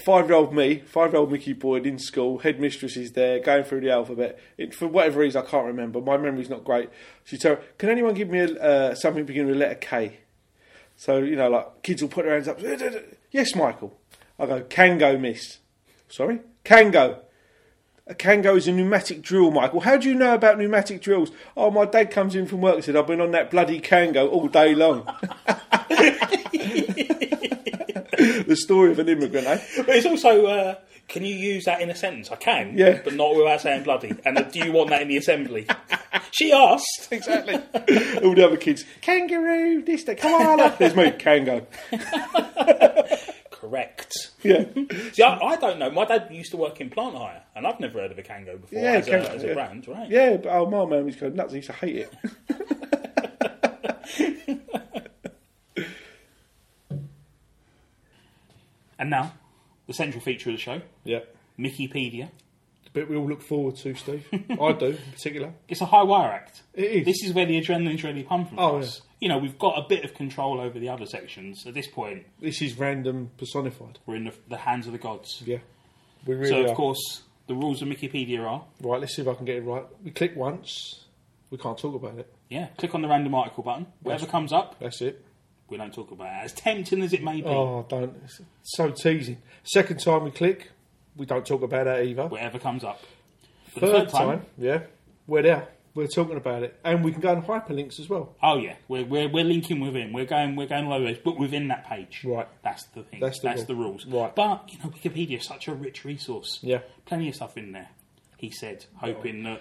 [SPEAKER 2] Five-year-old me, five-year-old Mickey Boyd in school. Headmistress is there, going through the alphabet. It, for whatever reason, I can't remember. My memory's not great. She told, "Can anyone give me a, uh, something beginning with the letter K?" So you know, like kids will put their hands up. <laughs> Yes, Michael. I go Kango, Miss. Sorry, Kango. A Kango is a pneumatic drill, Michael. How do you know about pneumatic drills? Oh, my dad comes in from work and said I've been on that bloody Kango all day long. <laughs> the story of an immigrant, eh?
[SPEAKER 1] But it's also, uh, can you use that in a sentence? I can,
[SPEAKER 2] Yeah.
[SPEAKER 1] but not without saying bloody. And uh, do you want that in the
[SPEAKER 2] <laughs>
[SPEAKER 1] assembly? she asked.
[SPEAKER 2] Exactly. <laughs> All the other kids, kangaroo, this, that, koala. There's me, kango. <laughs>
[SPEAKER 1] Correct.
[SPEAKER 2] Yeah.
[SPEAKER 1] See, I, I don't know. My dad used to work in plant hire, and I've never heard of a Kango before
[SPEAKER 2] Yeah,
[SPEAKER 1] as,
[SPEAKER 2] Kango,
[SPEAKER 1] a, as a
[SPEAKER 2] yeah.
[SPEAKER 1] brand, right?
[SPEAKER 2] Yeah, but oh, my man was going nuts. He used to hate
[SPEAKER 1] <laughs>
[SPEAKER 2] it.
[SPEAKER 1] And now, the central feature of the show,
[SPEAKER 2] Yeah.
[SPEAKER 1] Mickeypedia.
[SPEAKER 2] But we all look forward to, Steve. I do, in particular.
[SPEAKER 1] It's a high wire act.
[SPEAKER 2] It is.
[SPEAKER 1] This is where the adrenaline's really pumped from
[SPEAKER 2] Oh,
[SPEAKER 1] us. You know, we've got a bit of control over the other sections. At this point,
[SPEAKER 2] This is random personified.
[SPEAKER 1] we're in the, the hands of the gods.
[SPEAKER 2] Yeah. We really
[SPEAKER 1] so, of
[SPEAKER 2] are.
[SPEAKER 1] course, the rules of Wikipedia are
[SPEAKER 2] Right, let's see if I can get it right. We click once. We can't talk about it.
[SPEAKER 1] yeah, click on the random article button. Whatever comes up,
[SPEAKER 2] That's it.
[SPEAKER 1] we don't talk about it. As tempting as it may be,
[SPEAKER 2] Oh, don't. It's so teasing. Second time we click, we don't talk about that either.
[SPEAKER 1] whatever comes up. But the
[SPEAKER 2] Third time, yeah, we're there. We're talking about it. And we can go on hyperlinks as well.
[SPEAKER 1] Oh yeah, we're, we're we're linking within. We're going we're going low but within that page.
[SPEAKER 2] Right.
[SPEAKER 1] That's the thing.
[SPEAKER 2] That's the rule.
[SPEAKER 1] rules.
[SPEAKER 2] Right.
[SPEAKER 1] But you know, Wikipedia is such a rich resource.
[SPEAKER 2] Yeah.
[SPEAKER 1] Plenty of stuff in there. He said, hoping that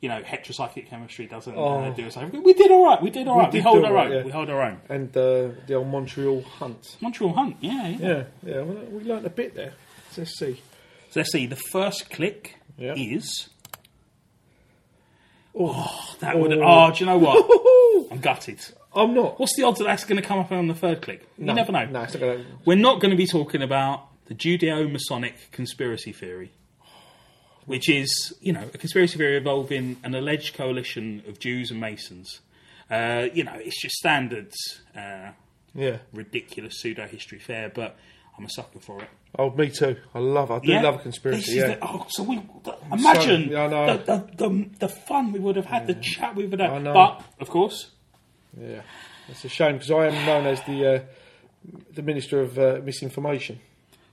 [SPEAKER 1] you know heteropsychic chemistry doesn't uh,
[SPEAKER 2] Oh.
[SPEAKER 1] do us over. We did all right. We did all
[SPEAKER 2] We
[SPEAKER 1] right. We,
[SPEAKER 2] did
[SPEAKER 1] hold
[SPEAKER 2] do
[SPEAKER 1] our
[SPEAKER 2] all
[SPEAKER 1] own.
[SPEAKER 2] right, yeah.
[SPEAKER 1] We hold our own.
[SPEAKER 2] And uh, the old Montreal hunt.
[SPEAKER 1] Montreal Hunt. Yeah, yeah.
[SPEAKER 2] Yeah, yeah, we, we learnt a bit there. So Let's see.
[SPEAKER 1] So let's see. The first click
[SPEAKER 2] Yeah.
[SPEAKER 1] is.
[SPEAKER 2] Oh,
[SPEAKER 1] That would.
[SPEAKER 2] Oh.
[SPEAKER 1] Oh, do you know what?
[SPEAKER 2] <laughs>
[SPEAKER 1] I'm gutted.
[SPEAKER 2] I'm not.
[SPEAKER 1] What's the odds that that's going to come up on the third click? You
[SPEAKER 2] No,
[SPEAKER 1] never know.
[SPEAKER 2] No, it's not going to.
[SPEAKER 1] We're not going to be talking about the Judeo Masonic conspiracy theory, which is, you know, a conspiracy theory involving an alleged coalition of Jews and Masons. Uh, you know, it's just standard, uh,
[SPEAKER 2] Yeah.
[SPEAKER 1] ridiculous pseudo history fare, but I'm a sucker for it.
[SPEAKER 2] Oh, me too. I love. I do love a
[SPEAKER 1] This
[SPEAKER 2] conspiracy.
[SPEAKER 1] is
[SPEAKER 2] Yeah.
[SPEAKER 1] the- oh, so we the- imagine
[SPEAKER 2] yeah, I know.
[SPEAKER 1] the, the, the, the fun we would have had, the chat we would have.
[SPEAKER 2] I know.
[SPEAKER 1] But of course,
[SPEAKER 2] Yeah. It's a shame because I am known as the uh, the minister of uh, misinformation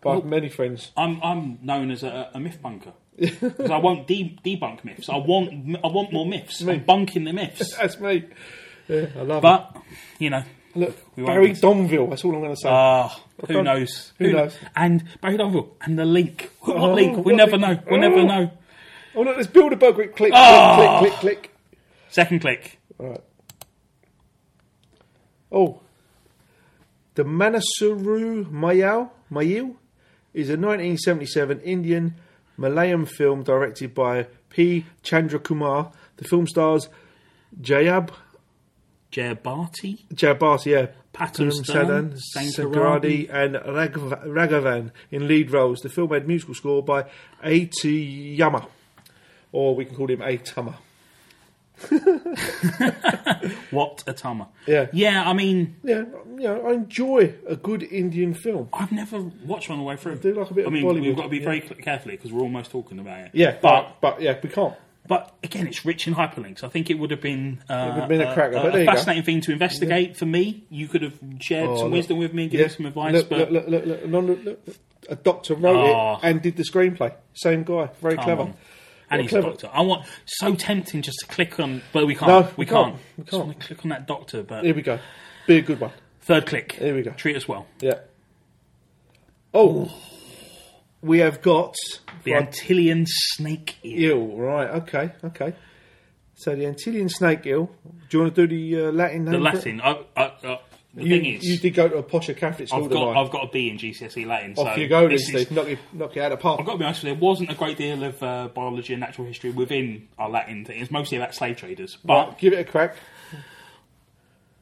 [SPEAKER 2] by
[SPEAKER 1] Well-
[SPEAKER 2] many friends.
[SPEAKER 1] I'm I'm known as a, a myth bunker. <laughs> 'Cause I won't de- debunk myths. I want I want more myths. I'm bunking the myths.
[SPEAKER 2] That's me. Yeah, I love it.
[SPEAKER 1] But you know,
[SPEAKER 2] Look,
[SPEAKER 1] we won't
[SPEAKER 2] Barry
[SPEAKER 1] miss-
[SPEAKER 2] Donville. That's all I'm going to say.
[SPEAKER 1] ah, who
[SPEAKER 2] done-
[SPEAKER 1] knows?
[SPEAKER 2] who knows?
[SPEAKER 1] And Barry Donville and the link. What
[SPEAKER 2] Oh,
[SPEAKER 1] link? We
[SPEAKER 2] what
[SPEAKER 1] never know.
[SPEAKER 2] link?
[SPEAKER 1] We never
[SPEAKER 2] Oh.
[SPEAKER 1] know.
[SPEAKER 2] oh look, let's build a bug. Click, click,
[SPEAKER 1] Ah.
[SPEAKER 2] click, click, click.
[SPEAKER 1] Second click.
[SPEAKER 2] All right. Oh, the Manasuru Mayal Mayil is a 1977 Indian Malayan film directed by P. Chandra Kumar. The film stars Jayab
[SPEAKER 1] Jabati,
[SPEAKER 2] Jabbat, yeah.
[SPEAKER 1] Patam Stern,
[SPEAKER 2] Sadan,
[SPEAKER 1] Sankaradi.
[SPEAKER 2] Sankaradi, and Raghav- Raghavan in lead roles. The film had musical score by A. T. Yama, or we can call him A. Tama.
[SPEAKER 1] What a tama.
[SPEAKER 2] Yeah.
[SPEAKER 1] Yeah. I mean,
[SPEAKER 2] Yeah, you know, I enjoy a good Indian film.
[SPEAKER 1] I've never watched one all the way through.
[SPEAKER 2] do like a bit
[SPEAKER 1] I
[SPEAKER 2] of
[SPEAKER 1] mean, we've
[SPEAKER 2] Bollywood,
[SPEAKER 1] got to be
[SPEAKER 2] yeah.
[SPEAKER 1] very very careful because we're almost talking about it.
[SPEAKER 2] Yeah,
[SPEAKER 1] but
[SPEAKER 2] but but yeah, we can't.
[SPEAKER 1] But again, it's rich in hyperlinks. I think it would have been, uh,
[SPEAKER 2] would have been a cracker, but there you go.
[SPEAKER 1] fascinating thing to investigate for me. You could have shared
[SPEAKER 2] Oh,
[SPEAKER 1] some
[SPEAKER 2] look.
[SPEAKER 1] wisdom with me and given
[SPEAKER 2] Yeah.
[SPEAKER 1] me some advice,
[SPEAKER 2] Look,
[SPEAKER 1] but
[SPEAKER 2] look, look, look, look, no, look, look. a doctor wrote
[SPEAKER 1] Oh.
[SPEAKER 2] it and did the screenplay. Same guy, very
[SPEAKER 1] come
[SPEAKER 2] clever.
[SPEAKER 1] on. And
[SPEAKER 2] Well,
[SPEAKER 1] he's
[SPEAKER 2] clever.
[SPEAKER 1] a doctor. I want so tempting just to click on, but we can't.
[SPEAKER 2] No,
[SPEAKER 1] we
[SPEAKER 2] we
[SPEAKER 1] can't.
[SPEAKER 2] can't. We
[SPEAKER 1] Just
[SPEAKER 2] can't.
[SPEAKER 1] want to click on that doctor. But
[SPEAKER 2] Here we go. Be a good one.
[SPEAKER 1] third click.
[SPEAKER 2] Here we go.
[SPEAKER 1] Treat us well.
[SPEAKER 2] Yeah. Oh, we have got
[SPEAKER 1] The
[SPEAKER 2] right,
[SPEAKER 1] Antillian snake ear.
[SPEAKER 2] eel. Right. Okay. Okay. So the Antillean snake eel. Do you want to do the uh, Latin?
[SPEAKER 1] The Latin. I, I, I, the
[SPEAKER 2] You,
[SPEAKER 1] thing is,
[SPEAKER 2] you did go to a posher Catholic school,
[SPEAKER 1] I've got
[SPEAKER 2] didn't I?
[SPEAKER 1] I've got a B in GCSE E Latin.
[SPEAKER 2] Off
[SPEAKER 1] so
[SPEAKER 2] you go, then,
[SPEAKER 1] this is-
[SPEAKER 2] Steve. Knock it, knock it out of the
[SPEAKER 1] I've
[SPEAKER 2] park.
[SPEAKER 1] got to be honest with you, there wasn't a great deal of uh, biology and natural history within our Latin thing. It's mostly about slave traders. But
[SPEAKER 2] Right, give it a crack.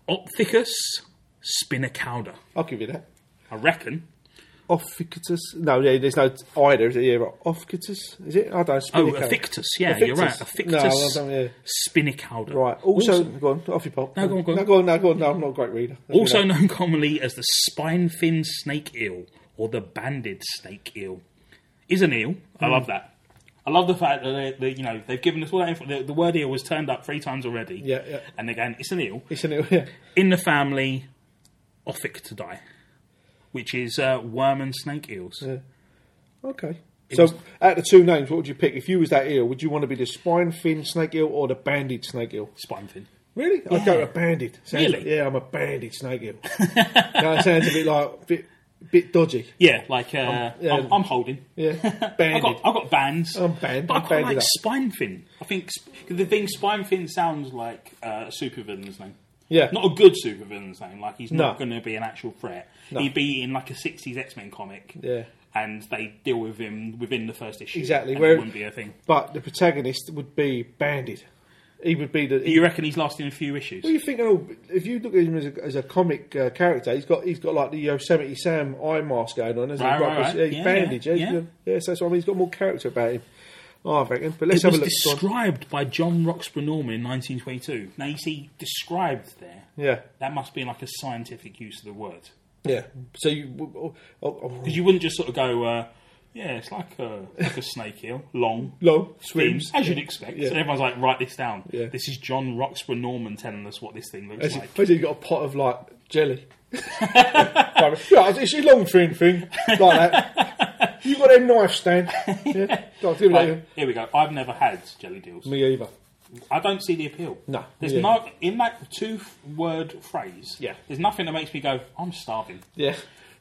[SPEAKER 1] Opthicus spinacauda.
[SPEAKER 2] I'll give you that.
[SPEAKER 1] I reckon.
[SPEAKER 2] Ophictus. No, yeah, there's no either. Is it? Yeah, right. Ophictus. Is it? I don't know.
[SPEAKER 1] Oh,
[SPEAKER 2] Spinnaker.
[SPEAKER 1] Opthictus, yeah, you're right.
[SPEAKER 2] Ophictus. No,
[SPEAKER 1] Opthictus
[SPEAKER 2] I don't- yeah.
[SPEAKER 1] spinacauda.
[SPEAKER 2] Right. Also, go on. Off you pop.
[SPEAKER 1] No, go on, go on.
[SPEAKER 2] No, go on. No, go on. No, I'm not a great reader. Let me
[SPEAKER 1] also
[SPEAKER 2] know.
[SPEAKER 1] known commonly as the spine fin snake eel or the banded snake eel, is an eel. I
[SPEAKER 2] Hmm.
[SPEAKER 1] love that. I love the fact that they, they, you know they've given us all that info. The, the word eel was turned up three times already.
[SPEAKER 2] Yeah, yeah.
[SPEAKER 1] And again, it's an eel.
[SPEAKER 2] It's an, yeah.
[SPEAKER 1] in the family Ophic which is uh, worm and snake eels.
[SPEAKER 2] Okay. So, out of the two names, what would you pick? If you was that eel, would you want to be the spine fin snake eel or the banded snake eel?
[SPEAKER 1] Spine fin.
[SPEAKER 2] Really? I'd go with a banded. Sounds-
[SPEAKER 1] Really?
[SPEAKER 2] Yeah, I'm a banded snake eel. that sounds a bit like a bit, bit dodgy.
[SPEAKER 1] Yeah, like uh,
[SPEAKER 2] yeah.
[SPEAKER 1] I'm, I'm holding.
[SPEAKER 2] Yeah,
[SPEAKER 1] <laughs> I've
[SPEAKER 2] banded.
[SPEAKER 1] got, I've got bands.
[SPEAKER 2] I'm banned.
[SPEAKER 1] But I
[SPEAKER 2] I'm
[SPEAKER 1] quite
[SPEAKER 2] banded
[SPEAKER 1] like
[SPEAKER 2] up.
[SPEAKER 1] Spine Fin. I think sp- the thing Spine Fin sounds like uh, a supervillain's name.
[SPEAKER 2] Yeah.
[SPEAKER 1] Not a good supervillain's name. Like, he's not
[SPEAKER 2] No.
[SPEAKER 1] going to be an actual threat. He'd be in like a 60s X Men comic.
[SPEAKER 2] Yeah.
[SPEAKER 1] And they deal with him within the first issue.
[SPEAKER 2] Exactly,
[SPEAKER 1] And
[SPEAKER 2] where-
[SPEAKER 1] it wouldn't be a thing.
[SPEAKER 2] But the protagonist would be banded. He would be the.
[SPEAKER 1] Do you reckon he's lasting a few issues?
[SPEAKER 2] What do you think? Oh, if you look at him as a, as a comic uh, character, he's got he's got like the Yosemite Sam eye mask going on, hasn't
[SPEAKER 1] Right,
[SPEAKER 2] he?
[SPEAKER 1] right, right.
[SPEAKER 2] Yeah, he's
[SPEAKER 1] Yeah,
[SPEAKER 2] bandaged. Yeah,
[SPEAKER 1] yeah,
[SPEAKER 2] yeah. so that's what I mean. He's got more character about him. Oh, I reckon. But let's
[SPEAKER 1] it
[SPEAKER 2] have
[SPEAKER 1] was
[SPEAKER 2] a look. Go on.
[SPEAKER 1] described by John Roxburgh Norman in 1922. Now, you see, described there.
[SPEAKER 2] Yeah,
[SPEAKER 1] That must be like a scientific use of the word.
[SPEAKER 2] yeah. So you, oh, oh, oh,
[SPEAKER 1] Because you wouldn't just sort of go, uh, yeah, it's like a, like a snake heel, long,
[SPEAKER 2] Long,
[SPEAKER 1] thin,
[SPEAKER 2] swims.
[SPEAKER 1] as you'd expect.
[SPEAKER 2] Yeah.
[SPEAKER 1] And everyone's like, write this down.
[SPEAKER 2] Yeah.
[SPEAKER 1] This is John Roxburgh Norman telling us what this thing looks
[SPEAKER 2] as <laughs>
[SPEAKER 1] like.
[SPEAKER 2] if- as if you got a pot of like
[SPEAKER 1] <laughs>
[SPEAKER 2] jelly. yeah, it's a long thin thing like that.
[SPEAKER 1] <laughs>
[SPEAKER 2] You got a knife stand. Yeah, Go on, give it
[SPEAKER 1] Like,
[SPEAKER 2] to him.
[SPEAKER 1] here we go. I've never had jelly deals.
[SPEAKER 2] Me either.
[SPEAKER 1] I don't see the appeal.
[SPEAKER 2] No.
[SPEAKER 1] there's
[SPEAKER 2] Yeah.
[SPEAKER 1] no in that two-word phrase.
[SPEAKER 2] Yeah.
[SPEAKER 1] there's nothing that makes me go, I'm starving.
[SPEAKER 2] Yeah.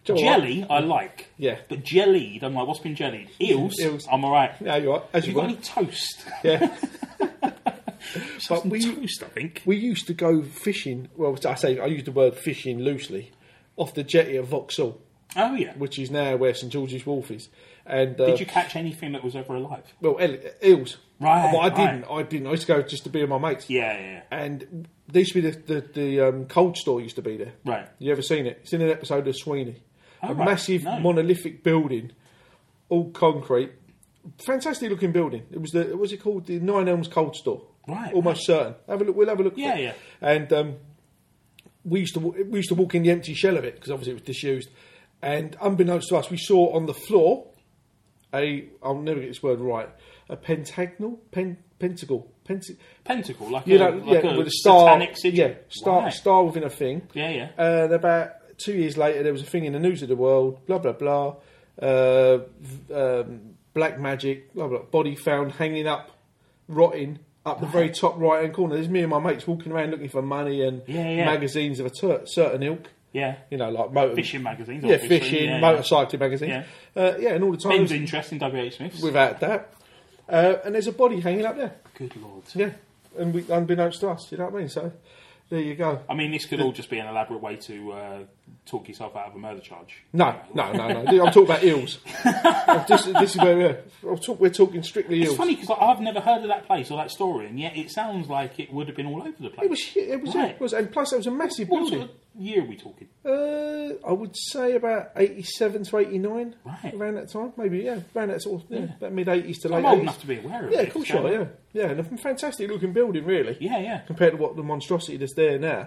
[SPEAKER 2] Do you know what?
[SPEAKER 1] Jelly, I like.
[SPEAKER 2] Yeah.
[SPEAKER 1] but jellied, I'm like, what's been jellied? Eels,
[SPEAKER 2] Eels.
[SPEAKER 1] I'm all right.
[SPEAKER 2] No, you're right. As
[SPEAKER 1] You
[SPEAKER 2] you
[SPEAKER 1] got any
[SPEAKER 2] want.
[SPEAKER 1] toast? <laughs>
[SPEAKER 2] Yeah. but
[SPEAKER 1] Some
[SPEAKER 2] we
[SPEAKER 1] toast, I think.
[SPEAKER 2] we used to go fishing. Well, I say I use the word fishing loosely off the jetty at Vauxhall,
[SPEAKER 1] Oh yeah.
[SPEAKER 2] which is now where St George's Wharf is. And uh,
[SPEAKER 1] Did you catch anything that was ever alive?
[SPEAKER 2] well el- eels?
[SPEAKER 1] Right,
[SPEAKER 2] But I
[SPEAKER 1] right.
[SPEAKER 2] didn't. I didn't. I used to go just to be with my mates.
[SPEAKER 1] Yeah, yeah. yeah.
[SPEAKER 2] And there used to be the the, the um, cold store used to be there.
[SPEAKER 1] Right.
[SPEAKER 2] You ever seen it? It's in an episode of Sweeney.
[SPEAKER 1] Oh,
[SPEAKER 2] a
[SPEAKER 1] right.
[SPEAKER 2] massive
[SPEAKER 1] No.
[SPEAKER 2] monolithic building, all concrete. Fantastic looking building. It was the what was it called? The Nine Elms Cold Store.
[SPEAKER 1] Right,
[SPEAKER 2] Almost certain. Have a look. We'll have a look.
[SPEAKER 1] Yeah,
[SPEAKER 2] for it.
[SPEAKER 1] yeah.
[SPEAKER 2] And um, we used to wa- we used to walk in the empty shell of it because obviously it was disused. And unbeknownst to us, we saw on the floor a I'll never get this word right a pentagonal pen, pentacle pentacle
[SPEAKER 1] Pentacle, like
[SPEAKER 2] you
[SPEAKER 1] a,
[SPEAKER 2] know,
[SPEAKER 1] like
[SPEAKER 2] yeah,
[SPEAKER 1] a
[SPEAKER 2] with a star,
[SPEAKER 1] satanic sigil.
[SPEAKER 2] yeah, star,
[SPEAKER 1] Right.
[SPEAKER 2] star within a thing.
[SPEAKER 1] Yeah, yeah.
[SPEAKER 2] And Uh, about two years later, there was a thing in the news of the world. Blah blah blah. Uh, v- um, black magic. Blah blah. Body found hanging up, rotting up the very top right hand corner. There's me and my mates walking around looking for money and
[SPEAKER 1] Yeah, yeah.
[SPEAKER 2] magazines of a ter- certain ilk.
[SPEAKER 1] yeah.
[SPEAKER 2] You know, like motor,
[SPEAKER 1] Fishing magazines.
[SPEAKER 2] yeah,
[SPEAKER 1] obviously.
[SPEAKER 2] fishing,
[SPEAKER 1] yeah, yeah.
[SPEAKER 2] motorcycling magazines.
[SPEAKER 1] Yeah.
[SPEAKER 2] Uh, yeah, and all the time
[SPEAKER 1] Ben's interest in WH Smith's.
[SPEAKER 2] without that. Uh, and there's a body hanging up there.
[SPEAKER 1] Good lord.
[SPEAKER 2] Yeah, and we, unbeknownst to us, you know what I mean. So there you go.
[SPEAKER 1] I mean, this could all just be an elaborate way to uh, talk yourself out of a murder charge.
[SPEAKER 2] No, no, no, no. I'm talking
[SPEAKER 1] <laughs>
[SPEAKER 2] about eels. I'm just, this is where we're. I'm talk, we're talking strictly
[SPEAKER 1] It's
[SPEAKER 2] eels.
[SPEAKER 1] funny because I've never heard of that place or that story, and yet it sounds like it would have been all over the place.
[SPEAKER 2] It was. It was.
[SPEAKER 1] Right.
[SPEAKER 2] It was. And plus, it was a massive
[SPEAKER 1] what sort
[SPEAKER 2] building.
[SPEAKER 1] of year are we talking?
[SPEAKER 2] Uh, I would say about eighty-seven to eighty-nine,
[SPEAKER 1] Right.
[SPEAKER 2] around that time, maybe. Yeah, around that sort of yeah, that mid-eighties to late
[SPEAKER 1] I'm old
[SPEAKER 2] eighties.
[SPEAKER 1] enough to be aware of it.
[SPEAKER 2] Yeah, of course you
[SPEAKER 1] so-
[SPEAKER 2] are. Yeah, yeah, and a fantastic-looking building, really,
[SPEAKER 1] Yeah, yeah.
[SPEAKER 2] compared to what the monstrosity that's there now.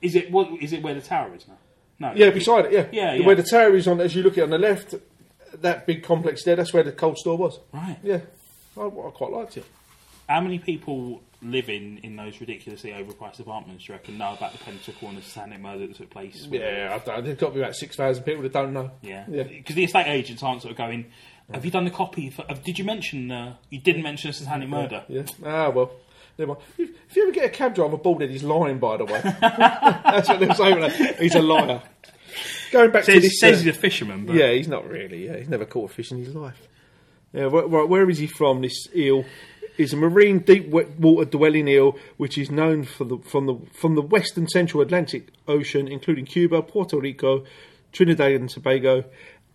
[SPEAKER 1] Is it what? Is it where the tower is now? No.
[SPEAKER 2] Yeah, beside it. Yeah,
[SPEAKER 1] Yeah, yeah.
[SPEAKER 2] Where the tower is on, as you look at it on the left, that big complex there. That's where the cold store was.
[SPEAKER 1] Right.
[SPEAKER 2] Yeah, I, I quite liked it.
[SPEAKER 1] How many people living in those ridiculously overpriced apartments do you reckon know about the Pentacle and the satanic murder that took place?
[SPEAKER 2] Yeah, I've done, there's got to be about six thousand people that don't know.
[SPEAKER 1] Yeah.
[SPEAKER 2] yeah.
[SPEAKER 1] Because the estate agents aren't sort of going, have you done the copy? For, uh, did you mention, uh, you didn't mention satanic murder?
[SPEAKER 2] Yeah. Ah, well. Never mind. If if you ever get a cab driver bald head, he's lying. By
[SPEAKER 1] <laughs>
[SPEAKER 2] the way, that's what they're saying. like, He's a liar. Going back to
[SPEAKER 1] Says,
[SPEAKER 2] this,
[SPEAKER 1] says
[SPEAKER 2] uh,
[SPEAKER 1] he's a fisherman, but
[SPEAKER 2] yeah, he's not really. Yeah, he's never caught a fish in his life. Yeah, wh- wh- where is he from? This eel is a marine deep wet water dwelling eel, which is known for the, from the from the western central Atlantic Ocean, including Cuba, Puerto Rico, Trinidad and Tobago,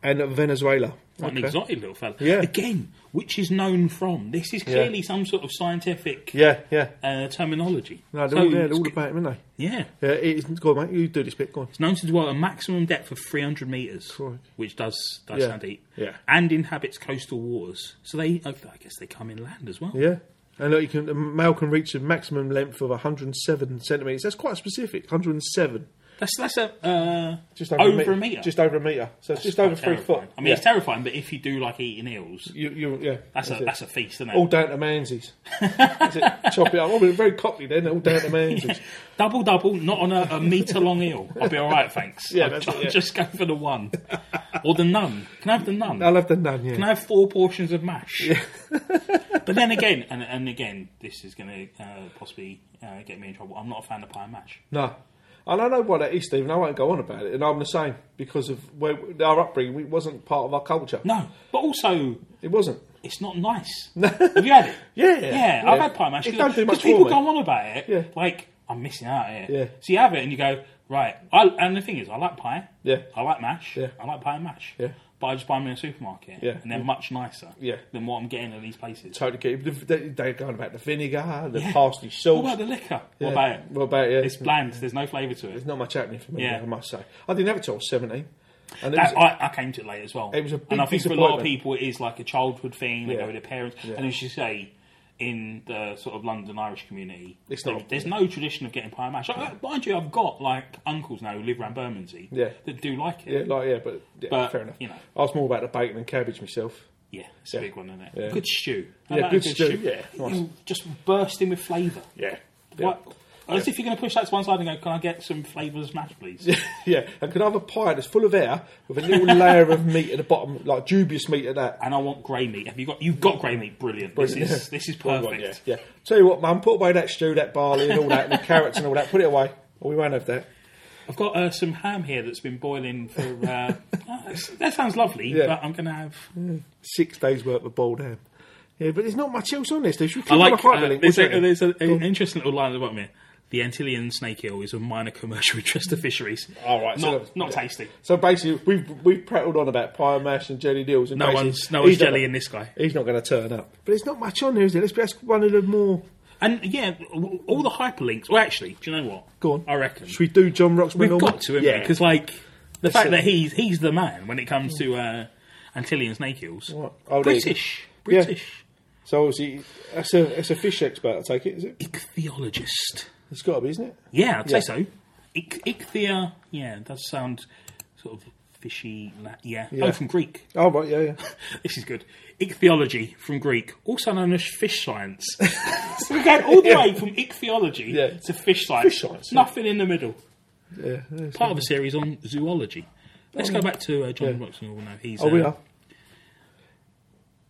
[SPEAKER 2] and Venezuela.
[SPEAKER 1] what an
[SPEAKER 2] Okay.
[SPEAKER 1] exotic little fella.
[SPEAKER 2] Yeah.
[SPEAKER 1] Again, which is known from. This is clearly some sort of scientific
[SPEAKER 2] Yeah, yeah.
[SPEAKER 1] uh, terminology.
[SPEAKER 2] No, they're
[SPEAKER 1] So
[SPEAKER 2] all, yeah, they're
[SPEAKER 1] it's
[SPEAKER 2] all
[SPEAKER 1] g-
[SPEAKER 2] about him, aren't
[SPEAKER 1] yeah.
[SPEAKER 2] they? Yeah, it is, go on, mate. You do this bit. Go on.
[SPEAKER 1] It's known to dwell at a maximum depth of 300 metres,
[SPEAKER 2] Crikey.
[SPEAKER 1] which does, does
[SPEAKER 2] Yeah.
[SPEAKER 1] sound deep,
[SPEAKER 2] Yeah.
[SPEAKER 1] and inhabits coastal waters. So they, I I guess they come inland as well.
[SPEAKER 2] Yeah. And look, you can, a male can reach a maximum length of 107 centimetres. That's quite specific. 107.
[SPEAKER 1] That's, that's a, uh,
[SPEAKER 2] Just
[SPEAKER 1] over,
[SPEAKER 2] over,
[SPEAKER 1] a metre.
[SPEAKER 2] Just over a metre. So it's just
[SPEAKER 1] quite
[SPEAKER 2] over three
[SPEAKER 1] terrifying.
[SPEAKER 2] foot.
[SPEAKER 1] I mean, it's
[SPEAKER 2] yeah.
[SPEAKER 1] terrifying, but if you do like eating eels,
[SPEAKER 2] You, you, yeah.
[SPEAKER 1] that's, a
[SPEAKER 2] it.
[SPEAKER 1] that's a feast, isn't it?
[SPEAKER 2] All down to mansies.
[SPEAKER 1] <laughs>
[SPEAKER 2] That's it. Chop it up. I mean, very cockney then. All down to mansies.
[SPEAKER 1] Double double, not on a, a metre long eel. I'll be all right, thanks.
[SPEAKER 2] Yeah,
[SPEAKER 1] I'll,
[SPEAKER 2] that's
[SPEAKER 1] I'll
[SPEAKER 2] it, yeah.
[SPEAKER 1] just go for the one or the none. Can I have the none?
[SPEAKER 2] I'll have the nun, yeah.
[SPEAKER 1] Can I have four portions of mash? <laughs> but then again, and, and again, this is going to uh, possibly uh, get me in trouble. I'm not a fan of pie and mash.
[SPEAKER 2] No. And I know why that is, Stephen. I won't go on about it. And I'm the same because of where our upbringing. It wasn't part of our culture.
[SPEAKER 1] No, but also
[SPEAKER 2] It wasn't.
[SPEAKER 1] it's not
[SPEAKER 2] <laughs>
[SPEAKER 1] nice. Have you had it?
[SPEAKER 2] Yeah.
[SPEAKER 1] Yeah, I've had pie mash.
[SPEAKER 2] It don't do much
[SPEAKER 1] Because people
[SPEAKER 2] for me.
[SPEAKER 1] go on about it.
[SPEAKER 2] Yeah.
[SPEAKER 1] Like, I'm missing out here.
[SPEAKER 2] Yeah.
[SPEAKER 1] So you have it and you go, right. I, and the thing is, I like pie.
[SPEAKER 2] Yeah.
[SPEAKER 1] I like mash.
[SPEAKER 2] Yeah.
[SPEAKER 1] I like pie and mash.
[SPEAKER 2] Yeah.
[SPEAKER 1] But I just buy them in a supermarket.
[SPEAKER 2] Yeah.
[SPEAKER 1] And they're much nicer
[SPEAKER 2] Yeah.
[SPEAKER 1] than what I'm getting at these places.
[SPEAKER 2] Totally get it. They- They're going about the vinegar, the
[SPEAKER 1] Yeah.
[SPEAKER 2] parsley
[SPEAKER 1] What
[SPEAKER 2] sauce.
[SPEAKER 1] about the liquor?
[SPEAKER 2] Yeah.
[SPEAKER 1] What about it?
[SPEAKER 2] What about it?
[SPEAKER 1] It's bland. There's no flavour to it.
[SPEAKER 2] There's not much happening for me,
[SPEAKER 1] Yeah.
[SPEAKER 2] I must say. I didn't have it till I was 17. And it
[SPEAKER 1] That,
[SPEAKER 2] was-
[SPEAKER 1] I, I came to it late as well.
[SPEAKER 2] It was a big
[SPEAKER 1] and I think for a lot of
[SPEAKER 2] disappointment.
[SPEAKER 1] people, it is like a childhood thing. They
[SPEAKER 2] Yeah.
[SPEAKER 1] go with their parents,
[SPEAKER 2] Yeah.
[SPEAKER 1] and as you say, in the sort of London Irish community,
[SPEAKER 2] It's
[SPEAKER 1] there-
[SPEAKER 2] not-
[SPEAKER 1] there's no tradition of getting pie and mash. Like, mind you, I've got like uncles now who live around Bermondsey
[SPEAKER 2] Yeah.
[SPEAKER 1] that do like
[SPEAKER 2] yeah,
[SPEAKER 1] it.
[SPEAKER 2] like, yeah, but, yeah,
[SPEAKER 1] But,
[SPEAKER 2] fair enough.
[SPEAKER 1] you know.
[SPEAKER 2] I was more about the bacon and cabbage myself.
[SPEAKER 1] Yeah, it's
[SPEAKER 2] Yeah.
[SPEAKER 1] a big one, isn't it?
[SPEAKER 2] Yeah.
[SPEAKER 1] Good stew. How
[SPEAKER 2] Yeah,
[SPEAKER 1] about a
[SPEAKER 2] good stew, yeah, nice.
[SPEAKER 1] It'll just burst in with flavour.
[SPEAKER 2] Yeah.
[SPEAKER 1] What? As if you're going to push that to one side and go, "Can I get some flavourless mash, please?"
[SPEAKER 2] <laughs> Yeah, and could I have a pie that's full of air with a little layer of meat at the bottom, like dubious meat at that?
[SPEAKER 1] and I want grey meat. Have you got? You've got grey meat. Brilliant.
[SPEAKER 2] Brilliant,
[SPEAKER 1] This
[SPEAKER 2] yeah.
[SPEAKER 1] is this is
[SPEAKER 2] Well,
[SPEAKER 1] perfect.
[SPEAKER 2] right, Yeah. yeah. Tell you what, mum, put away that stew, that barley, and all that, and the carrots and all that. Put it away. Or we won't have that.
[SPEAKER 1] I've got uh, some ham here that's been boiling for. Uh,
[SPEAKER 2] <laughs>
[SPEAKER 1] oh, that's- that sounds lovely,
[SPEAKER 2] Yeah.
[SPEAKER 1] but I'm going to have.
[SPEAKER 2] Six days' worth of boiled ham. Yeah, but there's not much else on this. There's
[SPEAKER 1] I like.
[SPEAKER 2] on the
[SPEAKER 1] uh,
[SPEAKER 2] link.
[SPEAKER 1] there's
[SPEAKER 2] What's
[SPEAKER 1] a,
[SPEAKER 2] that?
[SPEAKER 1] there's a, an interesting little line at the bottom here. The Antillean snake eel is of minor commercial <laughs> interest to fisheries.
[SPEAKER 2] All right, so
[SPEAKER 1] not,
[SPEAKER 2] that-
[SPEAKER 1] not
[SPEAKER 2] yeah.
[SPEAKER 1] tasty.
[SPEAKER 2] So basically, we've we've prattled on about pie and mash and jelly deals. And
[SPEAKER 1] No
[SPEAKER 2] basically,
[SPEAKER 1] one's no one's
[SPEAKER 2] he's not-
[SPEAKER 1] jelly in this guy.
[SPEAKER 2] He's not going to turn up. But there's not much on there, is there? Let's be that's one of the more.
[SPEAKER 1] And yeah, w- all the hyperlinks. Well, actually, do you know what?
[SPEAKER 2] Go on.
[SPEAKER 1] I reckon
[SPEAKER 2] Should we do John Rock's
[SPEAKER 1] we've got to, haven't yeah. Because like the fact
[SPEAKER 2] it.
[SPEAKER 1] that he's he's the man when it comes to uh, Antillean snake eels.
[SPEAKER 2] What? Oh, there you go.
[SPEAKER 1] British,
[SPEAKER 2] Yeah.
[SPEAKER 1] British
[SPEAKER 2] So obviously, that's a that's a fish expert. I take it, is it?
[SPEAKER 1] ichthyologist.
[SPEAKER 2] It's got to be, isn't it?
[SPEAKER 1] Yeah, I'd
[SPEAKER 2] Yeah.
[SPEAKER 1] say so. Ich- ichthya, yeah, it does sound sort of fishy. la- Yeah.
[SPEAKER 2] Yeah.
[SPEAKER 1] Oh, from Greek.
[SPEAKER 2] Oh right, yeah, yeah.
[SPEAKER 1] This is good. Ichthyology from Greek, also known as fish science.
[SPEAKER 2] <laughs>
[SPEAKER 1] so we're going all the way from ichthyology
[SPEAKER 2] Yeah.
[SPEAKER 1] to fish science.
[SPEAKER 2] Fish science, yeah.
[SPEAKER 1] Nothing in the middle.
[SPEAKER 2] <laughs> yeah that's-
[SPEAKER 1] Part of a series on zoology. Let's go back to uh, John Roxon. Now he's.
[SPEAKER 2] oh, we
[SPEAKER 1] uh,
[SPEAKER 2] are.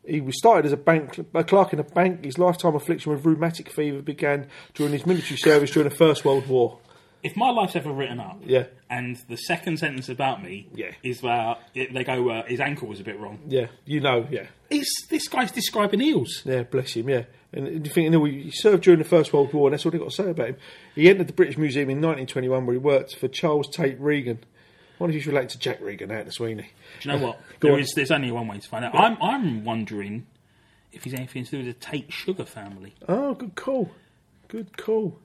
[SPEAKER 2] He was started as a bank a clerk in a bank. His lifetime affliction with rheumatic fever began during his military service during the First World War.
[SPEAKER 1] If my life's ever written up,
[SPEAKER 2] Yeah.
[SPEAKER 1] and the second sentence about me
[SPEAKER 2] Yeah.
[SPEAKER 1] is that it they go, uh, his ankle was a bit wrong.
[SPEAKER 2] Yeah, you know, yeah.
[SPEAKER 1] It's, this guy's describing eels.
[SPEAKER 2] Yeah, bless him. Yeah, and you think, you know, he served during the First World War, and that's all they got to say about him. He entered the British Museum in 1921, where he worked for Charles Tate Regan. What if you relate to Jack Regan out of Sweeney?
[SPEAKER 1] Do you know what?
[SPEAKER 2] <laughs> Go
[SPEAKER 1] there
[SPEAKER 2] on.
[SPEAKER 1] is, there's only one way to find out. I'm, I'm wondering if he's anything to do with the Tate Sugar family.
[SPEAKER 2] Oh, good call, good call.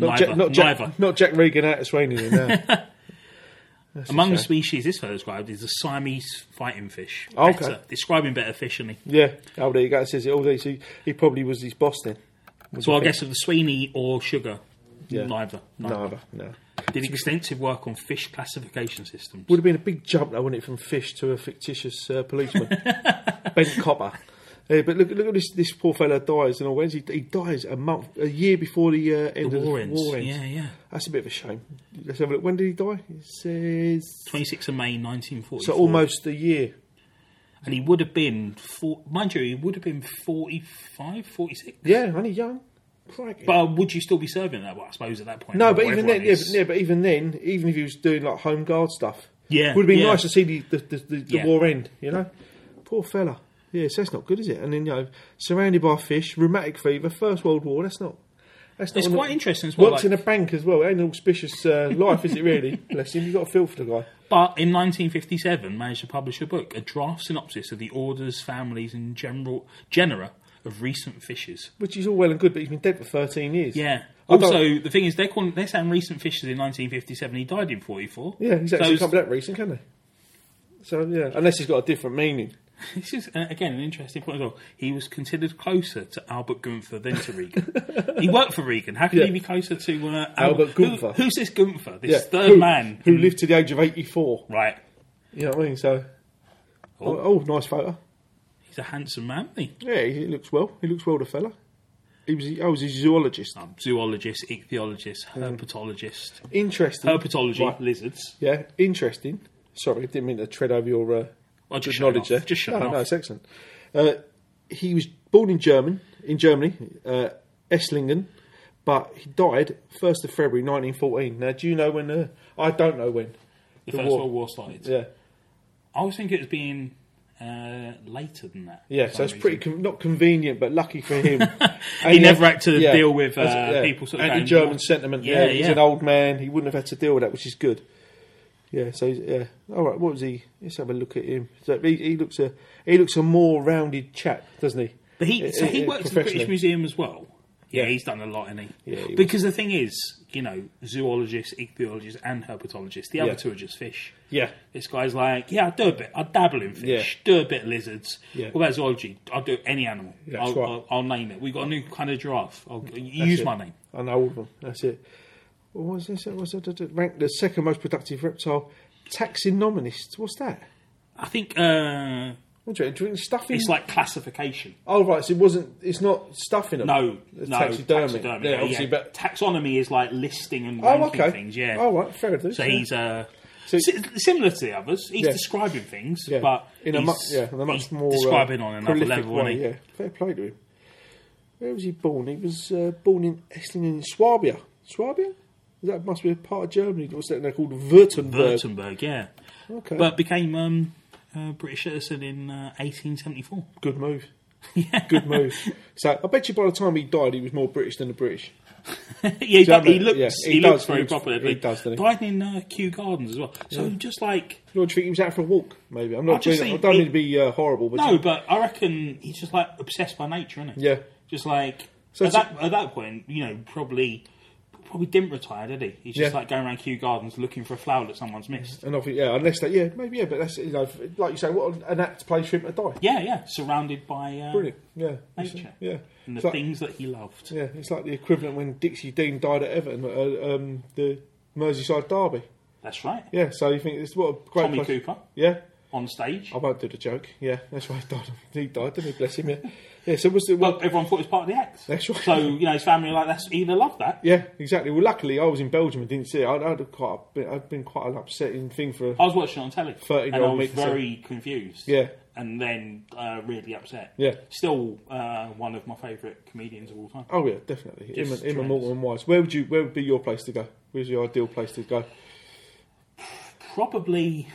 [SPEAKER 1] Neither.
[SPEAKER 2] Jack, not Jack,
[SPEAKER 1] Neither.
[SPEAKER 2] not Jack Regan out of Sweeney. No.
[SPEAKER 1] <laughs> Among the
[SPEAKER 2] shame.
[SPEAKER 1] species this fellow described is the Siamese fighting fish.
[SPEAKER 2] Oh, Okay.
[SPEAKER 1] Better. Describing better fish than he.
[SPEAKER 2] yeah. Oh, there you go. It says it all. There. So he, he probably was his boss then.
[SPEAKER 1] So I guess of the Sweeney or Sugar,
[SPEAKER 2] Yeah.
[SPEAKER 1] neither. neither.
[SPEAKER 2] Neither. No.
[SPEAKER 1] Did extensive work on fish classification systems.
[SPEAKER 2] Would have been a big jump, though, wouldn't it, from fish to a fictitious
[SPEAKER 1] <laughs>
[SPEAKER 2] uh, policeman, bent copper. Yeah, but look, look at this. This poor fellow dies, and all ends. He, he dies a month, a year before the uh, end
[SPEAKER 1] the
[SPEAKER 2] of
[SPEAKER 1] war
[SPEAKER 2] the
[SPEAKER 1] ends.
[SPEAKER 2] war ends.
[SPEAKER 1] Yeah, yeah.
[SPEAKER 2] That's a bit of a shame. Let's have a look. When did he die? It says
[SPEAKER 1] 26th of May 1940.
[SPEAKER 2] so almost a year.
[SPEAKER 1] And he would have been, four, mind you, he would have been 45, 46.
[SPEAKER 2] Yeah, only young. Crikey.
[SPEAKER 1] But would you still be serving that? Well, I suppose at that point.
[SPEAKER 2] no,
[SPEAKER 1] well,
[SPEAKER 2] but even
[SPEAKER 1] everyone
[SPEAKER 2] then, yeah,
[SPEAKER 1] is.
[SPEAKER 2] but, yeah, but even then, even if he was doing like home guard stuff,
[SPEAKER 1] Yeah,
[SPEAKER 2] would have been
[SPEAKER 1] yeah.
[SPEAKER 2] nice to see the the, the, the, the
[SPEAKER 1] Yeah.
[SPEAKER 2] war end. You know, poor fella. Yes, that's not good, is it? And then you know, surrounded by fish, rheumatic fever, First World War. That's not. That's not
[SPEAKER 1] It's
[SPEAKER 2] an-
[SPEAKER 1] quite interesting as well,
[SPEAKER 2] Works
[SPEAKER 1] like-
[SPEAKER 2] in a bank as well. It ain't an auspicious uh, life, is
[SPEAKER 1] <laughs>
[SPEAKER 2] it? Really, bless him. You have got to feel for the guy.
[SPEAKER 1] But in 1957, managed to publish a book, a draft synopsis of the orders, families, and general genera of recent fishes.
[SPEAKER 2] Which is all well and good, but he's been dead for thirteen years.
[SPEAKER 1] Yeah.
[SPEAKER 2] I don't-
[SPEAKER 1] Also, the thing is, they're calling they're saying recent fishes in 1957. He died in 44.
[SPEAKER 2] yeah, he's actually
[SPEAKER 1] So
[SPEAKER 2] can't be that recent, can he? So yeah, unless he's got a different meaning.
[SPEAKER 1] <laughs> this is uh, again an interesting point as well. He was considered closer to Albert Gunther than to
[SPEAKER 2] <laughs>
[SPEAKER 1] Regan. he worked for Regan. How can
[SPEAKER 2] Yeah.
[SPEAKER 1] he be closer to uh,
[SPEAKER 2] Albert
[SPEAKER 1] who-
[SPEAKER 2] Gunther.
[SPEAKER 1] who's this Gunther? This
[SPEAKER 2] Yeah,
[SPEAKER 1] third
[SPEAKER 2] who,
[SPEAKER 1] man.
[SPEAKER 2] who lived to the age of eighty-four.
[SPEAKER 1] Right.
[SPEAKER 2] You know what I mean? So, oh, oh, nice photo.
[SPEAKER 1] He's a handsome man. Isn't he?
[SPEAKER 2] Yeah, he he looks well. He looks well, the fella. He was. I was a zoologist.
[SPEAKER 1] Um, zoologist, ichthyologist, herpetologist.
[SPEAKER 2] Interesting.
[SPEAKER 1] Herpetology,
[SPEAKER 2] Mm. Right.
[SPEAKER 1] lizards.
[SPEAKER 2] Yeah, interesting. Sorry, didn't mean to tread over your uh,
[SPEAKER 1] Well, just shut
[SPEAKER 2] good
[SPEAKER 1] it
[SPEAKER 2] knowledge
[SPEAKER 1] off.
[SPEAKER 2] there.
[SPEAKER 1] Just shut
[SPEAKER 2] no,
[SPEAKER 1] it off.
[SPEAKER 2] no, it's excellent. Uh, he was born in German, in Germany, uh, Esslingen, But he died 1st of February 1914. Now, do you know when the. I don't know when.
[SPEAKER 1] The,
[SPEAKER 2] The
[SPEAKER 1] First
[SPEAKER 2] war.
[SPEAKER 1] World War started.
[SPEAKER 2] Yeah.
[SPEAKER 1] I always think it was being uh, later than that.
[SPEAKER 2] Yeah,
[SPEAKER 1] for
[SPEAKER 2] so
[SPEAKER 1] some
[SPEAKER 2] it's pretty
[SPEAKER 1] reason.
[SPEAKER 2] con- not convenient, but lucky for him. And
[SPEAKER 1] <laughs> He never had to deal with, uh,
[SPEAKER 2] That's-
[SPEAKER 1] people sort of
[SPEAKER 2] anti-German
[SPEAKER 1] going,
[SPEAKER 2] sentiment.
[SPEAKER 1] Yeah,
[SPEAKER 2] Yeah, he's
[SPEAKER 1] yeah.
[SPEAKER 2] an old man; he wouldn't have had to deal with that, which is good. Yeah, so he's- yeah, all right. What was he? Let's have a look at him. So he, he looks a he looks a more rounded chap, doesn't he?
[SPEAKER 1] But he, so
[SPEAKER 2] Uh,
[SPEAKER 1] he
[SPEAKER 2] uh,
[SPEAKER 1] works at the British
[SPEAKER 2] professionally.
[SPEAKER 1] Museum as well. Yeah,
[SPEAKER 2] Yeah.
[SPEAKER 1] he's done a lot, isn't he?
[SPEAKER 2] Yeah, he
[SPEAKER 1] because the thing is, you know, zoologists, ichthyologists, and herpetologists. The other
[SPEAKER 2] Yeah.
[SPEAKER 1] two are just fish.
[SPEAKER 2] Yeah,
[SPEAKER 1] This guy's like, yeah, I do a bit. I dabble in fish, do a bit of lizards.
[SPEAKER 2] Yeah.
[SPEAKER 1] What about zoology? I'll do any animal.
[SPEAKER 2] Yeah,
[SPEAKER 1] I'll,
[SPEAKER 2] that's right.
[SPEAKER 1] I'll, I'll name it. We've got a new kind of giraffe. I'll use
[SPEAKER 2] it.
[SPEAKER 1] my name.
[SPEAKER 2] an old one. That's it. What was this? What was it? Ranked the second most productive reptile taxonomist. What's that?
[SPEAKER 1] I think uh,
[SPEAKER 2] What's it? Doing stuffing?
[SPEAKER 1] it's like classification.
[SPEAKER 2] oh right, so it wasn't. It's not stuffing. them.
[SPEAKER 1] No,
[SPEAKER 2] It's
[SPEAKER 1] no,
[SPEAKER 2] taxidermy. Yeah,
[SPEAKER 1] yeah.
[SPEAKER 2] obviously, but
[SPEAKER 1] taxonomy is like listing and
[SPEAKER 2] Oh,
[SPEAKER 1] ranking
[SPEAKER 2] okay.
[SPEAKER 1] things. Yeah.
[SPEAKER 2] All right, fair enough.
[SPEAKER 1] So
[SPEAKER 2] yeah.
[SPEAKER 1] he's uh,
[SPEAKER 2] So-
[SPEAKER 1] si- similar to the others. He's
[SPEAKER 2] Yeah.
[SPEAKER 1] describing things,
[SPEAKER 2] Yeah.
[SPEAKER 1] but
[SPEAKER 2] in a
[SPEAKER 1] he's-
[SPEAKER 2] much yeah, in a much
[SPEAKER 1] he's
[SPEAKER 2] more uh,
[SPEAKER 1] describing on another
[SPEAKER 2] prolific
[SPEAKER 1] level.
[SPEAKER 2] way,
[SPEAKER 1] isn't he?
[SPEAKER 2] Yeah, fair play to him. Where was he born? He was uh, born in Esslingen, in Swabia. Swabia? That must be a part of Germany. What's that? They're called Württemberg.
[SPEAKER 1] Württemberg, yeah,
[SPEAKER 2] Okay,
[SPEAKER 1] but became um, a British citizen in uh, <laughs> 1874.
[SPEAKER 2] good move. Good move. So I bet you by the time he died, he was more British than the British.
[SPEAKER 1] <laughs> yeah, he,
[SPEAKER 2] Do you know what I
[SPEAKER 1] does, he
[SPEAKER 2] mean?
[SPEAKER 1] looks
[SPEAKER 2] Yeah,
[SPEAKER 1] he,
[SPEAKER 2] he
[SPEAKER 1] looks
[SPEAKER 2] does,
[SPEAKER 1] very
[SPEAKER 2] he looks-
[SPEAKER 1] proper.
[SPEAKER 2] he does, doesn't he?
[SPEAKER 1] Died in uh, Kew Gardens as well. So just like
[SPEAKER 2] Do you think he was out for a walk? Maybe I'm
[SPEAKER 1] I
[SPEAKER 2] not.
[SPEAKER 1] just
[SPEAKER 2] Doing, that. I
[SPEAKER 1] think
[SPEAKER 2] don't
[SPEAKER 1] he-
[SPEAKER 2] mean to be uh, horrible, but
[SPEAKER 1] No, but I reckon he's just like obsessed by nature, isn't he?
[SPEAKER 2] Yeah.
[SPEAKER 1] Just like
[SPEAKER 2] So
[SPEAKER 1] at
[SPEAKER 2] it's-
[SPEAKER 1] that at that point, you know, probably probably didn't retire, did he? He's just
[SPEAKER 2] Yeah.
[SPEAKER 1] like going around Kew Gardens looking for a flower that someone's missed.
[SPEAKER 2] and obviously, yeah, unless that, yeah, maybe, yeah, but that's you know, like you say, what an apt place for him to die.
[SPEAKER 1] Yeah, yeah. Surrounded by uh,
[SPEAKER 2] Brilliant, yeah,
[SPEAKER 1] nature.
[SPEAKER 2] yeah.
[SPEAKER 1] And the
[SPEAKER 2] It's like-
[SPEAKER 1] things that he loved.
[SPEAKER 2] Yeah, it's like the equivalent when Dixie Dean died at Everton, uh, um, the Merseyside derby.
[SPEAKER 1] That's right.
[SPEAKER 2] Yeah, so you think it's what a great
[SPEAKER 1] Tommy
[SPEAKER 2] place-
[SPEAKER 1] Cooper
[SPEAKER 2] Yeah,
[SPEAKER 1] on stage.
[SPEAKER 2] I won't do the joke. Yeah, that's why he died. <laughs> He died, didn't he? Bless him. Yeah, yeah. So was the
[SPEAKER 1] Well,
[SPEAKER 2] well,
[SPEAKER 1] everyone thought it was part of the act.
[SPEAKER 2] That's right.
[SPEAKER 1] So you know his family were like that's either loved that.
[SPEAKER 2] yeah, exactly. Well, luckily I was in Belgium and didn't see it. I'd, I'd have quite, a bit, I'd been quite an upsetting thing for.
[SPEAKER 1] I was watching it on telly,
[SPEAKER 2] 30
[SPEAKER 1] and
[SPEAKER 2] -year-old
[SPEAKER 1] I was
[SPEAKER 2] Mick said-
[SPEAKER 1] very confused.
[SPEAKER 2] Yeah.
[SPEAKER 1] and then uh, really upset.
[SPEAKER 2] Yeah.
[SPEAKER 1] still uh, one of my favourite comedians of all time.
[SPEAKER 2] Oh yeah, definitely. Him
[SPEAKER 1] Just
[SPEAKER 2] and, him
[SPEAKER 1] tremendous.
[SPEAKER 2] and Morton and Wise. Where would you? Where would be your place to go? Where's your ideal place to go?
[SPEAKER 1] Probably,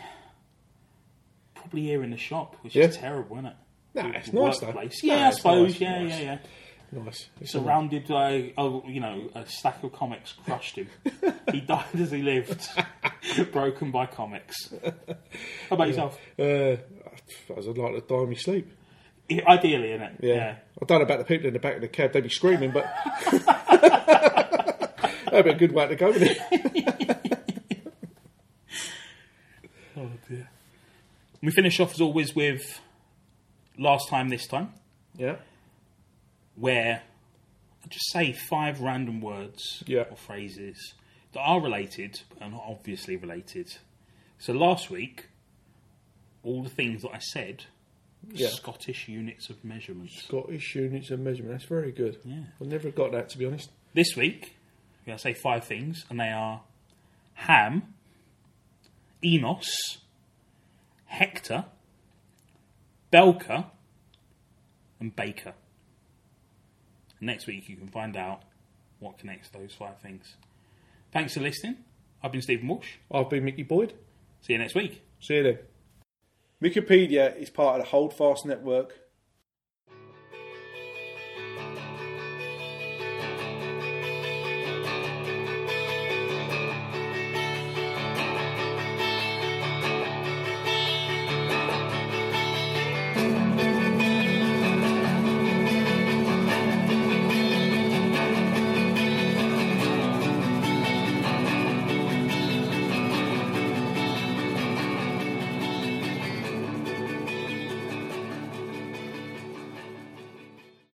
[SPEAKER 1] probably here in the shop, which
[SPEAKER 2] Yeah.
[SPEAKER 1] is terrible, isn't it?
[SPEAKER 2] Nah,
[SPEAKER 1] The
[SPEAKER 2] it's nice though.
[SPEAKER 1] workplace.
[SPEAKER 2] Nah,
[SPEAKER 1] Yeah, I
[SPEAKER 2] it's
[SPEAKER 1] suppose.
[SPEAKER 2] nice,
[SPEAKER 1] yeah,
[SPEAKER 2] nice.
[SPEAKER 1] yeah, yeah.
[SPEAKER 2] Nice. It's a-
[SPEAKER 1] Surrounded by, oh, you know, a stack of comics crushed
[SPEAKER 2] <laughs>
[SPEAKER 1] him. he died as he lived, broken by comics. How about yourself?
[SPEAKER 2] Uh, I'd like to die in my sleep.
[SPEAKER 1] Ideally, in it.
[SPEAKER 2] Yeah. I don't know about the people in the back of the cab, they'd be screaming, but. <laughs> That'd be a good way to go with it.
[SPEAKER 1] <laughs> Oh dear. We finish off as always with last time, this time,
[SPEAKER 2] Yeah.
[SPEAKER 1] where I just say five random words
[SPEAKER 2] Yeah.
[SPEAKER 1] or phrases that are related but are not obviously related. So last week, all the things that I said,
[SPEAKER 2] Yeah.
[SPEAKER 1] Scottish units of measurement.
[SPEAKER 2] Scottish units of measurement. That's very good.
[SPEAKER 1] Yeah.
[SPEAKER 2] I never got that, to be honest.
[SPEAKER 1] This week, I'm going to say five things, and they are Ham, Enos, Hector, Belka, and Baker. And next week, you can find out what connects those five things. Thanks for listening. I've been Stephen Walsh.
[SPEAKER 2] I've been Mickey Boyd.
[SPEAKER 1] See you next week.
[SPEAKER 2] See you then.
[SPEAKER 3] Wikipedia is part of the Holdfast Network,